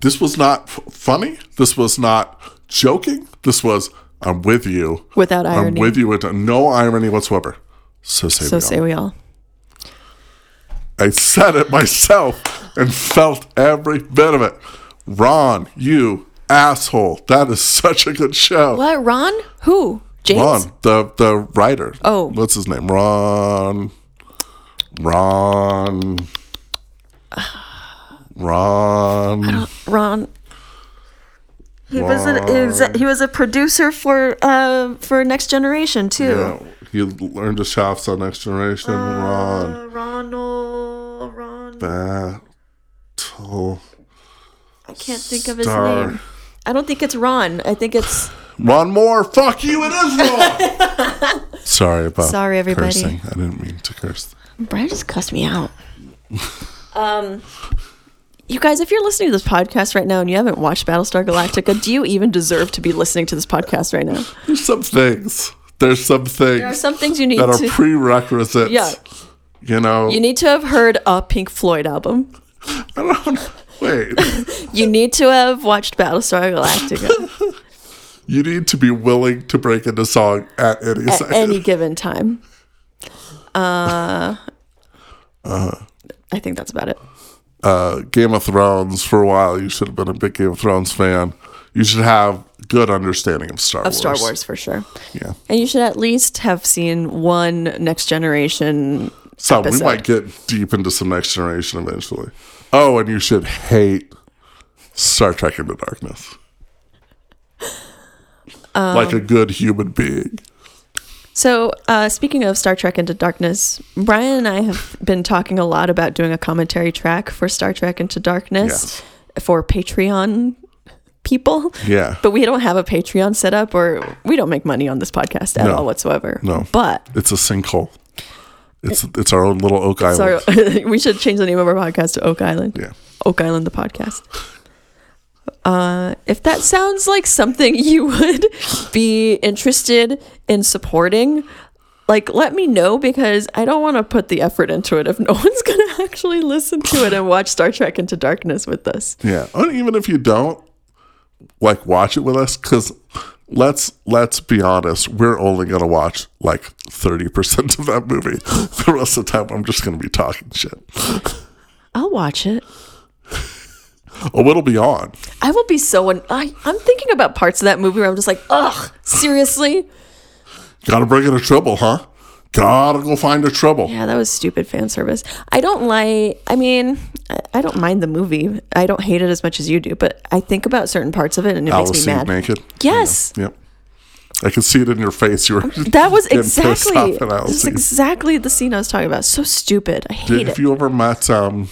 This was not f- funny. This was not joking. This was I'm with you. Without I'm irony. with you with no irony whatsoever. So say so we say all. we all. I said it myself and felt every bit of it. Ron, you asshole. That is such a good show. What? Ron? Who? James? Ron, the the writer. Oh. what's his name? Ron. Ron. Ron. Uh, Ron. He was, an, he, was a, he was a producer for uh, for Next Generation too. No, he learned his chops on Next Generation. Ron. Uh, Ronald, Ron. Battle. I can't think of his Star. name. I don't think it's Ron. I think it's Ron Moore. Fuck you. It is Ron. Sorry about. Sorry, everybody. Cursing. I didn't mean to curse. Brian just cussed me out. um, you guys, if you're listening to this podcast right now and you haven't watched Battlestar Galactica, do you even deserve to be listening to this podcast right now? There's some things. There's some things There are some things you need that are to. prerequisites. Yeah. You know. you need to have heard a Pink Floyd album. I don't. Wait. You need to have watched Battlestar Galactica You need to be willing to break into song at any at second. any given time. Uh, Uh-huh. I think that's about it. uh, Game of Thrones for a while. You should have been a big Game of Thrones fan. You should have good understanding of Star Of Wars. Star Wars for sure. Yeah. And you should at least have seen one Next Generation. So episode. we might get deep into some next generation eventually. Oh, and you should hate Star Trek Into Darkness. Um, like a good human being. So, uh, speaking of Star Trek Into Darkness, Brian and I have been talking a lot about doing a commentary track for Star Trek Into Darkness for Patreon people. Yeah. But we don't have a Patreon set up or we don't make money on this podcast at No. all whatsoever. No. But It's a sinkhole. It's it's our own little oak sorry, island. we should change the name of our podcast to Oak Island. Yeah. Oak Island the podcast. Uh, if that sounds like something you would be interested in supporting, like let me know because I don't want to put the effort into it if no one's gonna actually listen to it and watch Star Trek Into Darkness with us. Yeah, and even if you don't like watch it with us, because let's let's be honest, we're only gonna watch like thirty percent of that movie. The rest of the time, I'm just gonna be talking shit. I'll watch it. Oh, it'll be on. I will be so. Un- I, I'm thinking about parts of that movie where I'm just like, ugh, seriously? Gotta break into trouble, huh? Gotta go find a trouble. Yeah, that was stupid fan service. I don't like, I mean, I- I don't mind the movie. I don't hate it as much as you do, but I think about certain parts of it and it makes Alice me Eve mad. naked. Yes. Yep. I could see it in your face. You were That was getting pissed exactly off at this is Alice Eve. exactly the scene I was talking about. So stupid. I hate it. Have you ever met um,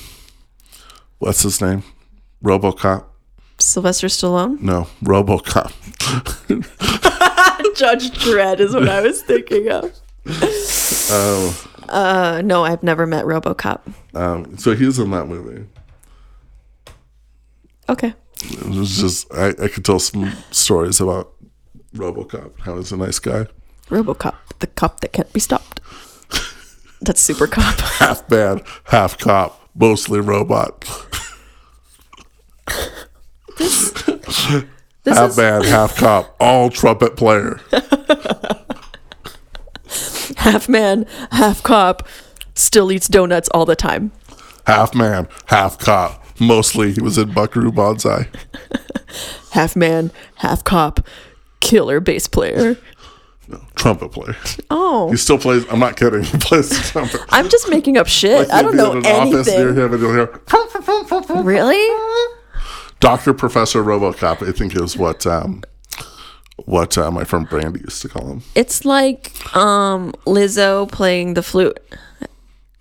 what's his name? RoboCop? Sylvester Stallone. No, RoboCop. Judge Dredd is what I was thinking of. Oh, Uh, no, I've never met RoboCop. um, so he's in that movie. Okay. It was just I, I could tell some stories about RoboCop. How he's a nice guy, RoboCop, the cop that can't be stopped. That's super cop. half bad, half cop, mostly robot. This half is bad, half cop, all trumpet player. half man, half cop, still eats donuts all the time. half man, half cop. Mostly he was in Buckaroo Banzai. Half man, half cop, killer bass player. No, trumpet player. Oh, He still plays. I'm not kidding. He plays the trumpet. I'm just making up shit. I don't You'll know be in an Office near anything. him, and you'll hear Really? Doctor Professor RoboCop. I think is what um, what uh, my friend Brandy used to call him. It's like um Lizzo playing the flute.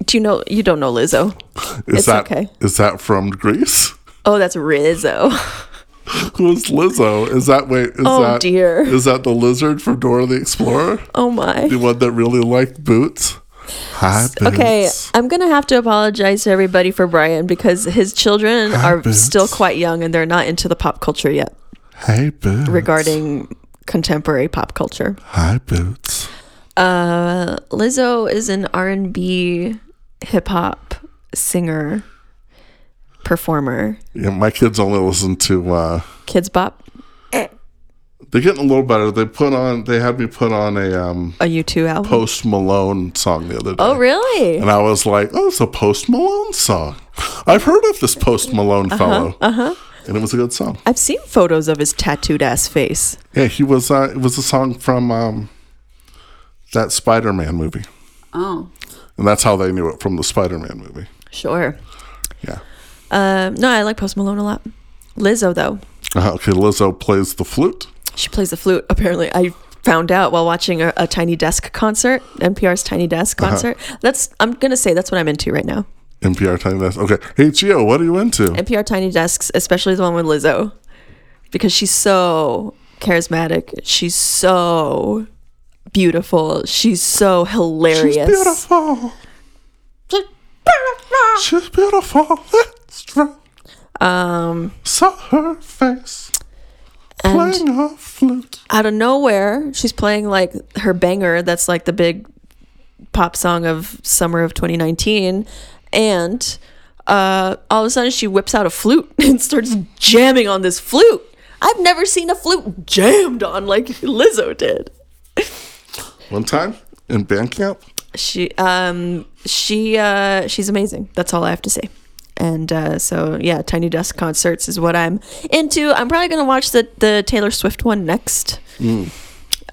Do you know you don't know Lizzo? Is It's that okay. is that from Greece? Oh, that's Rizzo. Who's Lizzo? Is that wait? Is Oh, that, dear. Is that the lizard from Dora the Explorer? Oh my. The one that really liked boots. Hi, boots. Okay, I'm gonna have to apologize to everybody for Brian because his children are Happens. still quite young and they're not into the pop culture yet Hey, boots. regarding contemporary pop culture. Hi, boots. Uh, Lizzo is an R&B hip hop singer performer. Yeah, my kids only listen to. uh Kids Bop, They're getting a little better. They put on. They had me put on a um a U2 album. Post Malone song the other day. oh, really? And I was like, oh, it's a Post Malone song. I've heard of this Post Malone fellow. Uh-huh. And it was a good song. I've seen photos of his tattooed ass face. Yeah, he was. Uh, it was a song from um, that Spider-Man movie, Oh. and that's how they knew it from the Spider-Man movie. Sure. Yeah. Um, no, I like Post Malone a lot. Lizzo though, Uh, okay, Lizzo plays the flute. she plays the flute. Apparently, I found out while watching a, a Tiny Desk concert, NPR's Tiny Desk concert. That's I'm gonna say that's what I'm into right now. NPR Tiny Desk. Okay, hey Gio, what are you into? NPR Tiny Desks, especially the one with Lizzo, because she's so charismatic. She's so beautiful. She's so hilarious. She's beautiful. She's beautiful. Let's try. Um, Saw her face and playing her flute. out of nowhere, she's playing like her banger that's like the big pop song of summer of 2019. And uh, all of a sudden, she whips out a flute and starts jamming on this flute. I've never seen a flute jammed on like Lizzo did. One time in band camp, She, um, she, uh, she's amazing. That's all I have to say. And uh, so, yeah, Tiny Desk concerts is what I'm into. I'm probably gonna watch the the Taylor Swift one next. Mm.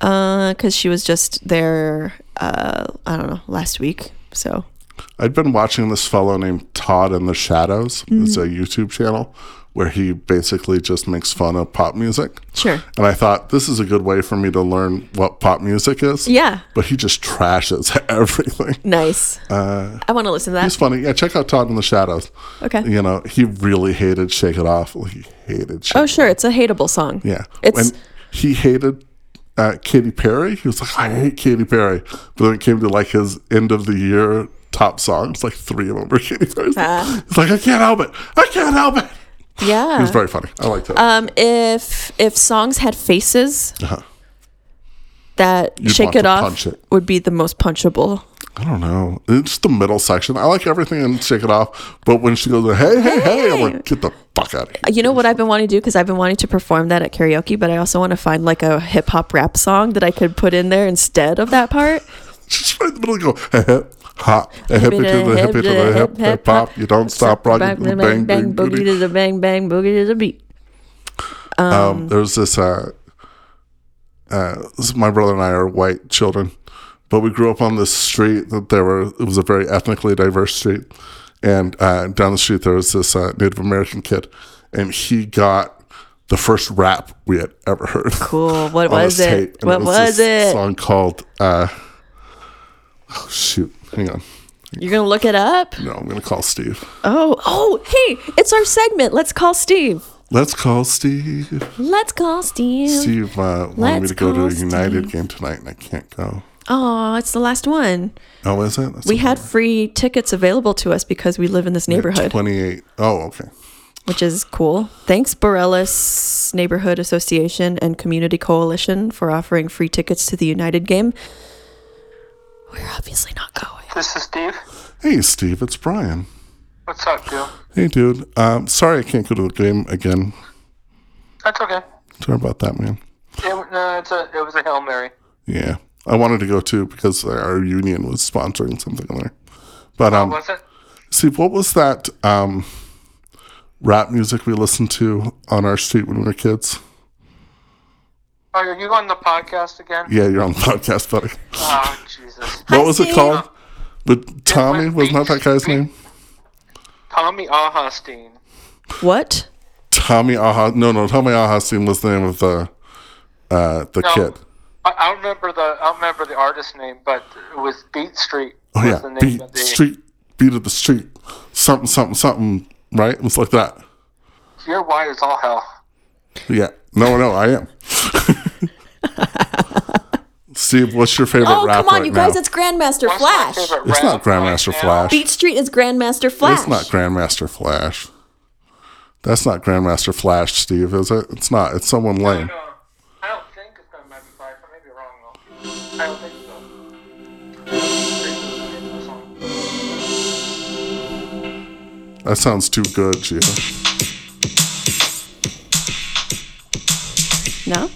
because she was just there. Uh, I don't know, last week. So I'd been watching this fellow named Todd in the Shadows. It's a Mm-hmm. YouTube channel where he basically just makes fun of pop music. sure, And I thought this is a good way for me to learn what pop music is. yeah, But he just trashes everything. nice. Uh, I want to listen to He's that. funny. Yeah, check out Todd in the Shadows. Okay. You know, he really hated Shake It Off. Like, He hated Shake Oh, sure, it's a hateable song. Yeah. it's and he hated uh, Katy Perry. He was like, I hate Katy Perry. But then it came to like his end of the year top songs, like three of them were Katy Perry. He's like- Ah. He's like, I can't help it. I can't help it. yeah. He was very funny. I liked it. um, if if songs had faces, Uh-huh. that You'd shake want it to off punch it. would be the most punchable. I don't know. It's the middle section. I like everything in Shake It Off. But when she goes, hey, hey, hey, I'm like, get the fuck out of here. You know what I've been wanting to do because I've been wanting to perform that at karaoke, but I also want to find like a hip hop rap song that I could put in there instead of that part. She's right in the middle and go, hey, hey, hop, a hippie to the hippie to the hip hip hop. You don't stop rocking to the bang bang boogie booty. to the bang bang boogie to the beat. Um, there's this. Uh, uh, this- my brother and I are white children, but we grew up on this street that there were. It was a very ethnically diverse street, and uh, down the street there was this uh, Native American kid, and he got the first rap we had ever heard. Cool. What on was this it? tape, and What was this it? Song called. Uh, oh shoot! Hang on. You're gonna look it up? No, I'm gonna call Steve. Oh, oh, hey, it's our segment. Let's call Steve. Let's call Steve. Let's call Steve. Steve uh, wanted me Let's to go to call a United Steve. game tonight, and I can't go. Oh, it's the last one. Oh, is it? That's We had free tickets available to us because we live in this neighborhood, Twenty-eight. Oh, okay. which is cool. Thanks, Borellis Neighborhood Association and Community Coalition, for offering free tickets to the United game. We're obviously not going. This is Steve. Hey, Steve, it's Brian. What's up, dude? Hey, dude. Um, sorry I can't go to the game again. That's okay. Sorry about that, man. It, no, it's a, it was a Hail Mary. Yeah, I wanted to go too because our union was sponsoring something there. But um, Oh, Was it? Steve, what was that um, rap music we listened to on our street when we were kids? Oh, are you on the podcast again? Yeah, you're on the podcast, buddy. Oh, Jesus. what was it Steve. called? But Tommy went was not that beach- guy's name. Tommy Ahastein. What? Tommy Aha. No, no, Tommy Aha Steam was the name of the uh, the No. kid. I, I don't remember the I don't remember the artist name, but it was Beat Street. Oh was yeah, the name beat of the, street, beat of the street, something, something, something. Right? It was like that. Your why is all hell. Yeah. No, no, I am. Steve, what's your favorite Oh, rap come on, right you guys! now? It's Grandmaster What's my Flash. favorite It's rap not Grandmaster right now? Flash. Beat Street is Grandmaster Flash. It's not Grandmaster Flash. That's not Grandmaster Flash, Steve, is it? It's not. It's someone lame. No, I don't think it's Grandmaster Flash. I may be wrong though. I don't think so. Beat Street. That sounds too good, Gio. No?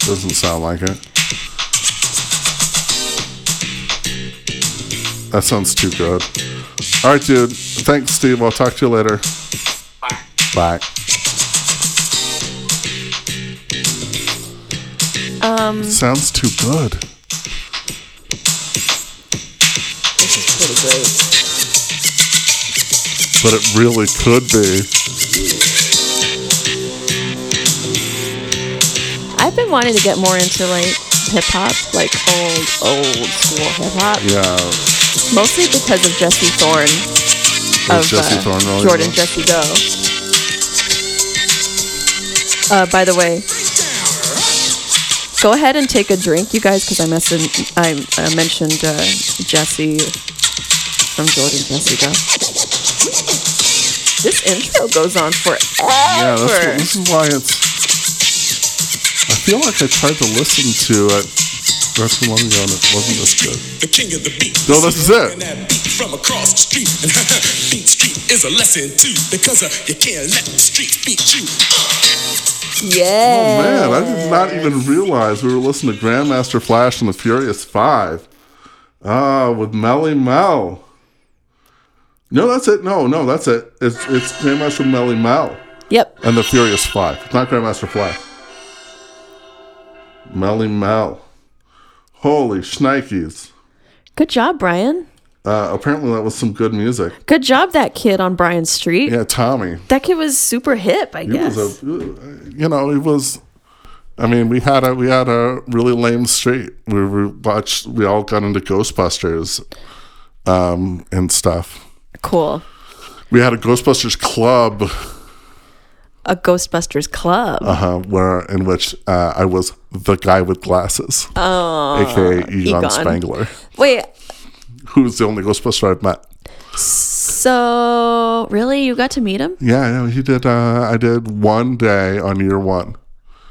Doesn't sound like it. That sounds too good. All right, dude. Thanks, Steve. I'll talk to you later. Bye. Bye. Um. Sounds too good. But it really could be. I've been wanting to get more into like hip hop, like old, old school hip hop, Yeah. mostly because of Jesse Thorne of uh, Was Jesse Thorne really Jordan good? Jesse Go. Uh, by the way, go ahead and take a drink, you guys, because I, messin- I, I mentioned uh, Jesse from Jordan Jesse Go. This intro goes on forever. Yeah, that's what, this is why it's. I feel like I tried to listen to it not too long ago and it wasn't as good. the king of the beat. No, this is it. And that beat from across the street. And beat street is a lesson too, because uh, you can't let the streets beat you. Yeah. Oh, Man, I did not even realize we were listening to Grandmaster Flash and the Furious Five. Ah, with Melly Mel. No, that's it. No, no, that's it. It's it's Grandmaster Melly Mel Yep. and the Furious Five. It's not Grandmaster Flash. Melly Mel. Holy shnikes. Good job, Brian. Uh, apparently that was some good music. Good job, that kid on Bryan Street. Yeah, Tommy. That kid was super hip, I He guess. was a, uh, you know, it was. I mean, we had a we had a really lame street. We were watched. We all got into Ghostbusters, um, and stuff. cool. We had a Ghostbusters club, A Ghostbusters club. uh, where in which uh, I was the guy with glasses, aka Egon, Egon. Spangler, Wait, who's the only Ghostbuster I've met. so really, you got to meet him? Yeah, no, he did. Uh, I did one day on year one.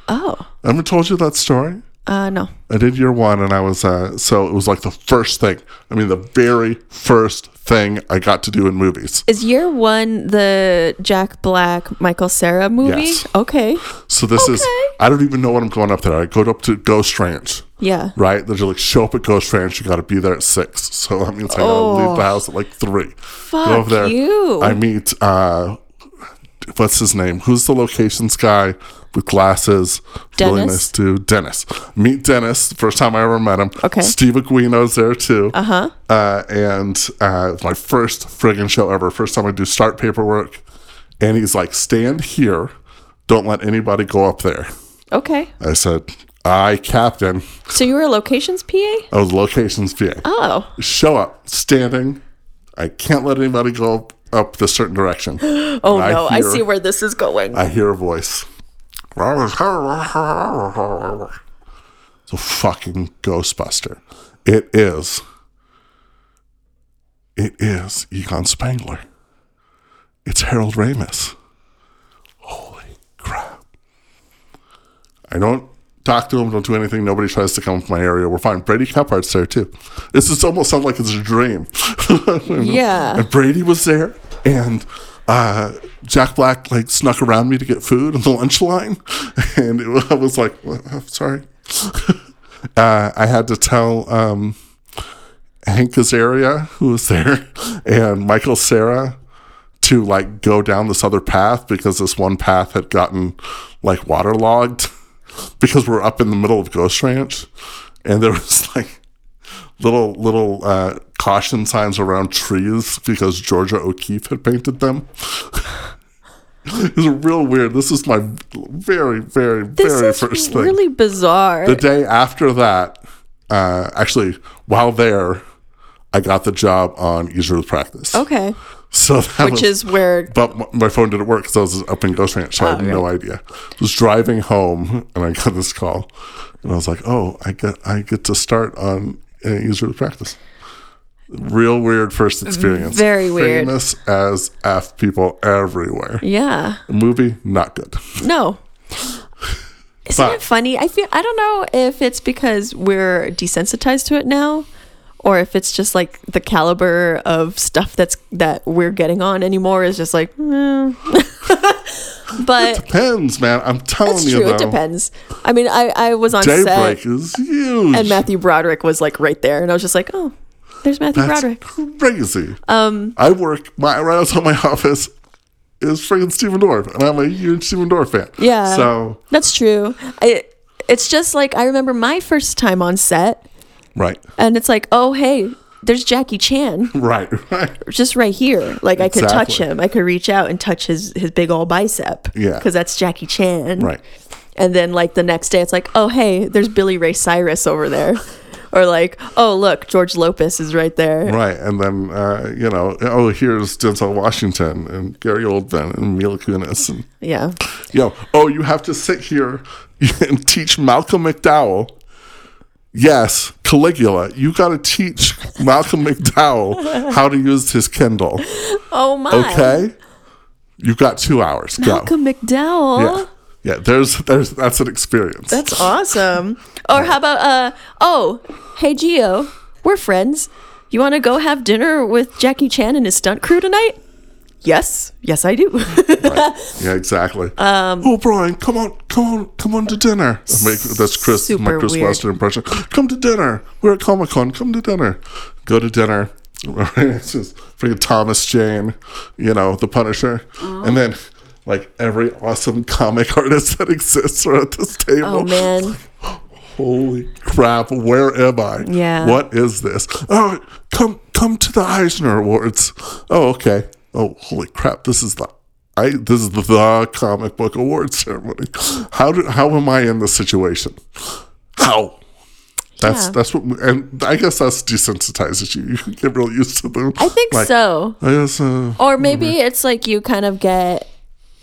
Oh, Ever told you that story? Uh, no. I did year one, and I was uh, so it was like the first thing. I mean, the very first thing I got to do in movies. Is year one the Jack Black, Michael Sarah movie? Yes. Okay. So this is Okay. I don't even know when I'm going up there. I go up to Ghost Ranch. Yeah. Right? They're just like, show up at Ghost Ranch. You got to be there at six. So that means I gotta Oh. leave the house at like three. Fuck you. I meet uh, what's his name? Who's the locations guy with glasses? Really Dennis? nice dude. Dennis. Meet Dennis. First time I ever met him. Okay. Steve Aguino's there too. Uh-huh. And uh, it's my first friggin' show ever. First time I do start paperwork. And he's like, stand here. Don't let anybody go up there. Okay. I said, I, Captain, So you were a locations PA? I was locations PA. Oh. Show up, standing. I can't let anybody go up this certain direction. Oh And no, I hear- see where this is going. I hear a voice. It's a fucking Ghostbuster. It is. It is Egon Spangler. It's Harold Ramis. Holy crap. I don't talk to him, don't do anything. Nobody tries to come up my area. We're fine. Brady Kephart's there too. This is almost sounds like it's a dream. yeah. And Brady was there, and uh, Jack Black like snuck around me to get food in the lunch line, and it, wa- I was like, "What? I'm sorry. uh, I had to tell um, Hank Azaria, who was there, and Michael Sarah to like go down this other path because this one path had gotten like waterlogged because we're up in the middle of Ghost Ranch, and there was like little little uh, caution signs around trees because Georgia O'Keeffe had painted them. it was real weird. This is my very very This very is first thing. really bizarre. The day after that, uh, actually, while there, I got the job on Easier with Practice. okay. So that Which was- is where but m- my phone didn't work because I was up in Ghost Ranch, so Oh, I had no idea. I was driving home and I got this call, and I was like, "Oh, I get I get to start on uh, user with practice." Real weird first experience. Very weird. Famous as f people everywhere. Yeah. Movie not good. No. Isn't But- it funny? I feel I don't know if it's because we're desensitized to it now or if it's just like the caliber of stuff that's that we're getting on anymore is just like mm. but Depends, man. I'm telling it's you true, it though. depends. I mean, I I was on Daybreak set is huge. and Matthew Broderick was like right there and I was just like, "Oh, there's Matthew That's Broderick." crazy. Um, I work my right outside my office is freaking Stephen Dorff, and I'm a huge Stephen Dorff fan. Yeah. So That's true. I it's just like I remember my first time on set right, and it's like, "Oh, hey, there's Jackie Chan." right, right. just right here. Like I could touch Exactly. him. I could reach out and touch his his big old bicep. Yeah. because that's Jackie Chan. Right. And then like the next day, it's like, oh hey, there's Billy Ray Cyrus over there, or like, oh look, George Lopez is right there. Right, and then uh, you know, oh, here's Denzel Washington and Gary Oldman and Mila Kunis, and Yeah. yo, oh, you have to sit here and teach Malcolm McDowell. Yes, Caligula, you got to teach Malcolm McDowell how to use his Kindle. Oh my. Okay, you've got two hours. Go. Malcolm McDowell. Yeah. Yeah, there's there's that's an experience. That's awesome. or how about uh oh, hey Gio, we're friends. You want to go have dinner with Jackie Chan and his stunt crew tonight? Yes, yes I do. yeah, exactly. Um, oh, Brian, come on, come on, come on to dinner. I Make, that's Chris, my super Chris weird. Western impression. Come to dinner. We're at Comic Con. Come to dinner. Go to dinner. it's just freaking Thomas Jane, you know, the Punisher, and then like every awesome comic artist that exists are at this oh table. man. Holy crap! Where am I? Yeah. What is this? Oh, come come to the Eisner Awards. Oh, okay. Oh, holy crap! This is the I this is the comic book award ceremony. How do how am I in this situation? How? That's Yeah. that's what and I guess that's desensitizes you. You get real used to them. I think Like, so. I guess. Uh, or maybe it's like you kind of get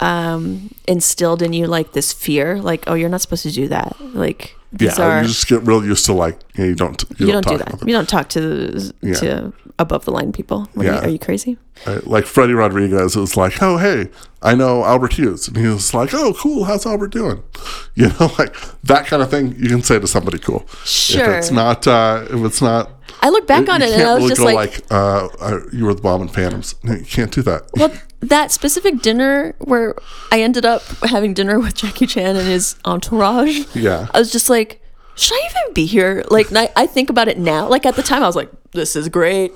um instilled in you like this fear like oh you're not supposed to do that like these yeah, are you you, just get real used to like yeah, you don't you, don't, talk do about that them. you don't talk to to above the line people. What are, you, Yeah. are you crazy? Uh, like Freddie Rodriguez was like, "Oh hey, I know Albert Hughes," and he was like, "Oh cool, how's Albert doing?" You know, like that kind of thing you can say to somebody cool. Sure. If it's not, uh, if it's not, I look back on you it can't and I was really just go like, like, uh, uh, "You were the bomb and Phantoms." No, you can't do that. well, that specific dinner where I ended up having dinner with Jackie Chan and his entourage. Yeah. I was just like, should I even be here? Like, and I, I think about it now. Like at the time, I was like, this is great,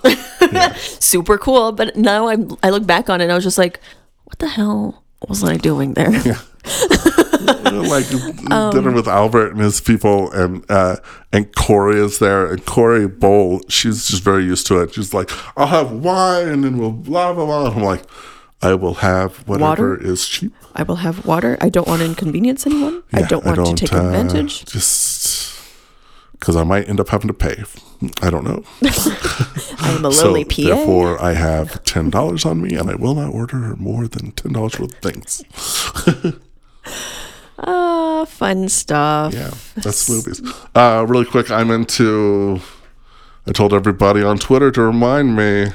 super cool. But now I'm, I look back on it, and I was just like, what the hell was I doing there? like um, dinner with Albert and his people, and uh, and Corey is there, and Corey Bowl, she's just very used to it. She's like, "I'll have wine, and we'll blah blah blah." And I'm like, "I will have whatever Water? is cheap. I will have water. I don't want to inconvenience anyone. I Yeah, don't want to take uh, advantage. Just because I might end up having to pay. I don't know. I am a So lowly PA. therefore, I have ten dollars on me, and I will not order more than ten dollars worth of things. Ah, fun stuff. Yeah, that's movies. Uh, really quick, I'm into. I told everybody on Twitter to remind me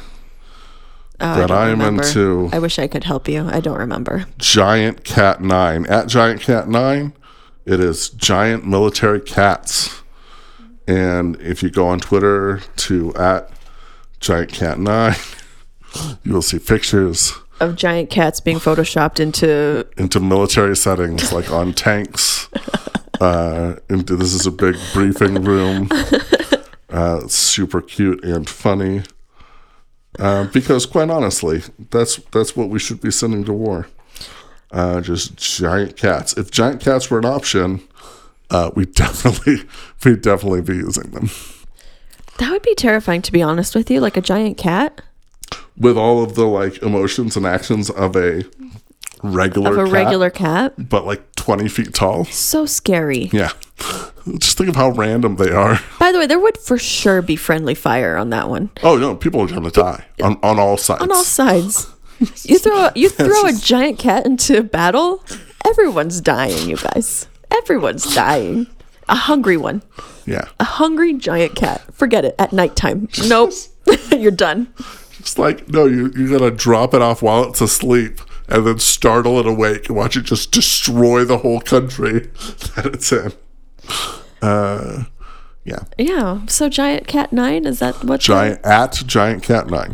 Oh, that don't I am remember. into I wish I could help you. I don't remember. Giant Cat Nine at Giant Cat Nine. It is giant military cats, and if you go on Twitter to at Giant Cat Nine, you will see pictures Of giant cats being photoshopped into into military settings, like on tanks. Uh, into this is a big briefing room. Uh, super cute and funny. Uh, because quite honestly, that's that's what we should be sending to war. Uh, just giant cats. If giant cats were an option, uh, we definitely we definitely be using them That would be terrifying, to be honest with you. Like a giant cat with all of the like emotions and actions of a regular of a cat, regular cat. but like twenty feet tall. So scary. Yeah. Just think of how random they are. By the way, there would for sure be friendly fire on that one Oh no, people are gonna die on, on all sides. on all sides. You throw you throw a just- giant cat into battle, everyone's dying, you guys. Everyone's dying. A hungry one, yeah. a hungry giant cat. Forget it. At nighttime, nope, you're done. It's like no, you you gotta drop it off while it's asleep and then startle it awake and watch it just destroy the whole country that it's in. Uh yeah. Yeah. So giant cat nine is that what? the- Giant at Giant Cat Nine.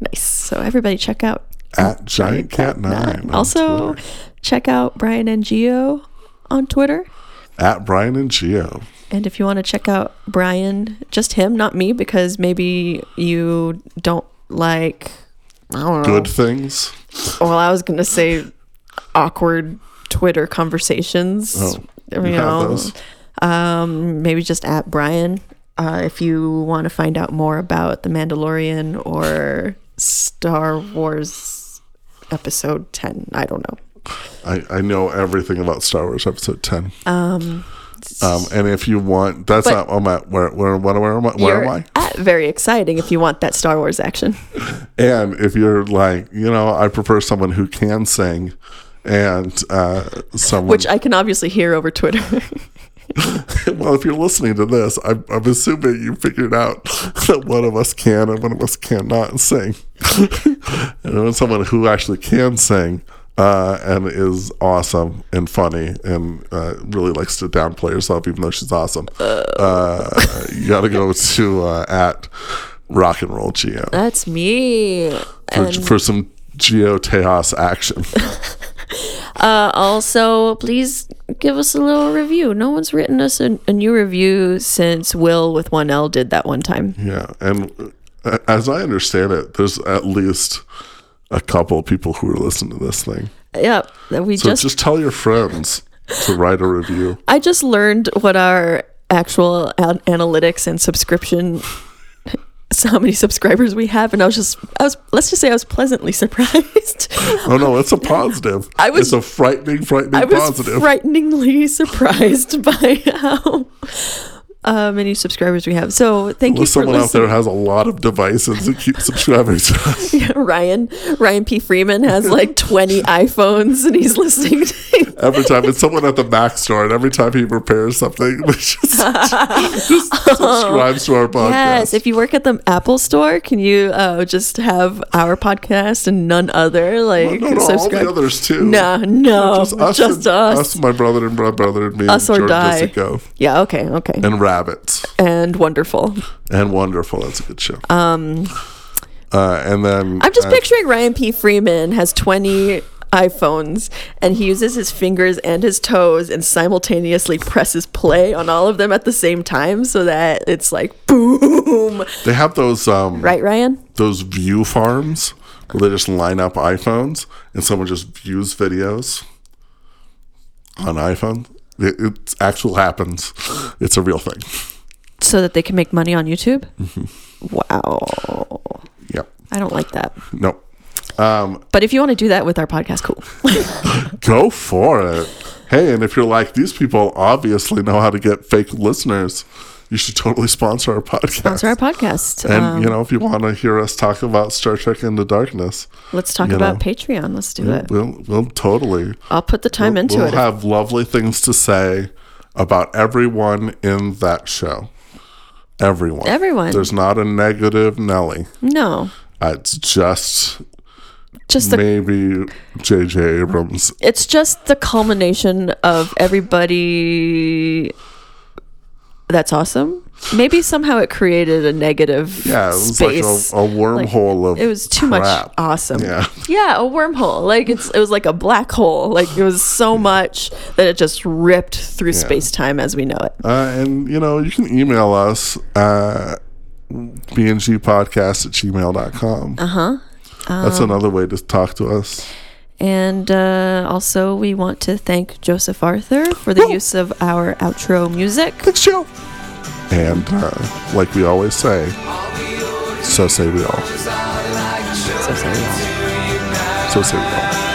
Nice. So everybody check out At Giant Cat Nine. on Also, Twitter. check out Brian and Geo on Twitter. at Brian and Geo. And if you want to check out Brian, just him, not me, because maybe you don't like. I don't know. Good things. Well, I was gonna say awkward Twitter conversations. Oh, you you have know, those? um, maybe just at Brian. Uh, if you want to find out more about the Mandalorian or Star Wars episode ten, I don't know. I, I know everything about Star Wars Episode Ten. Um, and if you want, that's But- not. I'm at where where where, where am I? Where am You're I? at very exciting if you want that Star Wars action. And if you're like, you know, I prefer someone who can sing, and uh, someone. which I can obviously hear over Twitter. well, if you're listening to this, I'm, I'm assuming you figured out that one of us can and one of us cannot sing. and then someone who actually can sing uh, and is awesome and funny and uh, really likes to downplay herself, even though she's awesome. Uh, you got to go to uh, at Rock and Roll Geo That's me. for, for some Geo Tejas action. Also, please give us a little review. No one's written us a, a new review since Will with one L did that one time. Yeah, and uh, as I understand it, there's at least a couple of people who are listening to this thing. Yeah, that we So just, just, tell your friends to write a review. I just learned what our actual an- analytics and subscription. So how many subscribers we have, and I was just, I was, let's just say, I was pleasantly surprised. Oh no, it's a positive. I was- it's a frightening, frightening I was positive. frighteningly surprised by how uh, many subscribers we have. So thank Unless you for someone out listening. there has a lot of devices and keeps subscribing to us. Ryan Ryan P. Freeman has like 20 iPhones and he's listening. To, Every time it's someone at the Mac store, and every time he repairs something, they just, just subscribes to our podcast. Yes, if you work at the Apple store, can you uh, just have our podcast and none other? Like, no, no, subscribe. all the others too. No, no, just us, just and- us. my brother and my brother and me, Us and or George die. Jessica, Yeah, okay, okay. And, and rabbits, wonderful. and wonderful. That's a good show. Um, uh, and then I'm just uh, picturing Ryan P. Freeman has 20 iPhones and he uses his fingers and his toes and simultaneously presses play on all of them at the same time so that it's like boom. They have those um, Right, Ryan? those view farms where they just line up iPhones and someone just views videos on iPhone. It, it actually happens. It's a real thing. So that they can make money on YouTube? Wow. Yep. I don't like that. No. Um, But if you want to do that with our podcast, cool. go for it. Hey, and if you're like these people, obviously know how to get fake listeners. You should totally sponsor our podcast. Sponsor our podcast. And Um, you know, if you want to hear us talk about Star Trek Into Darkness, let's talk you about know, Patreon. Let's do it. we'll we'll totally I'll put the time into we'll it. have lovely things to say about everyone in that show. Everyone. Everyone. There's not a negative Nelly. no. Uh, It's just Just the maybe JJ Abrams. it's just the culmination of everybody that's awesome maybe somehow it created a negative Yeah, it was like a, space a wormhole of it was too much crap. awesome Yeah. Yeah, a wormhole like it's it was like a black hole like it was so much that it just ripped through space-time as we know it Uh, and you know, you can email us uh bngpodcast at gmail.com. Uh-huh. That's Um, another way to talk to us. and uh, also we want to thank joseph arthur for the use of our outro music Thanks, Joe. And uh, like we always say, so say we all. So say we all. So say we all.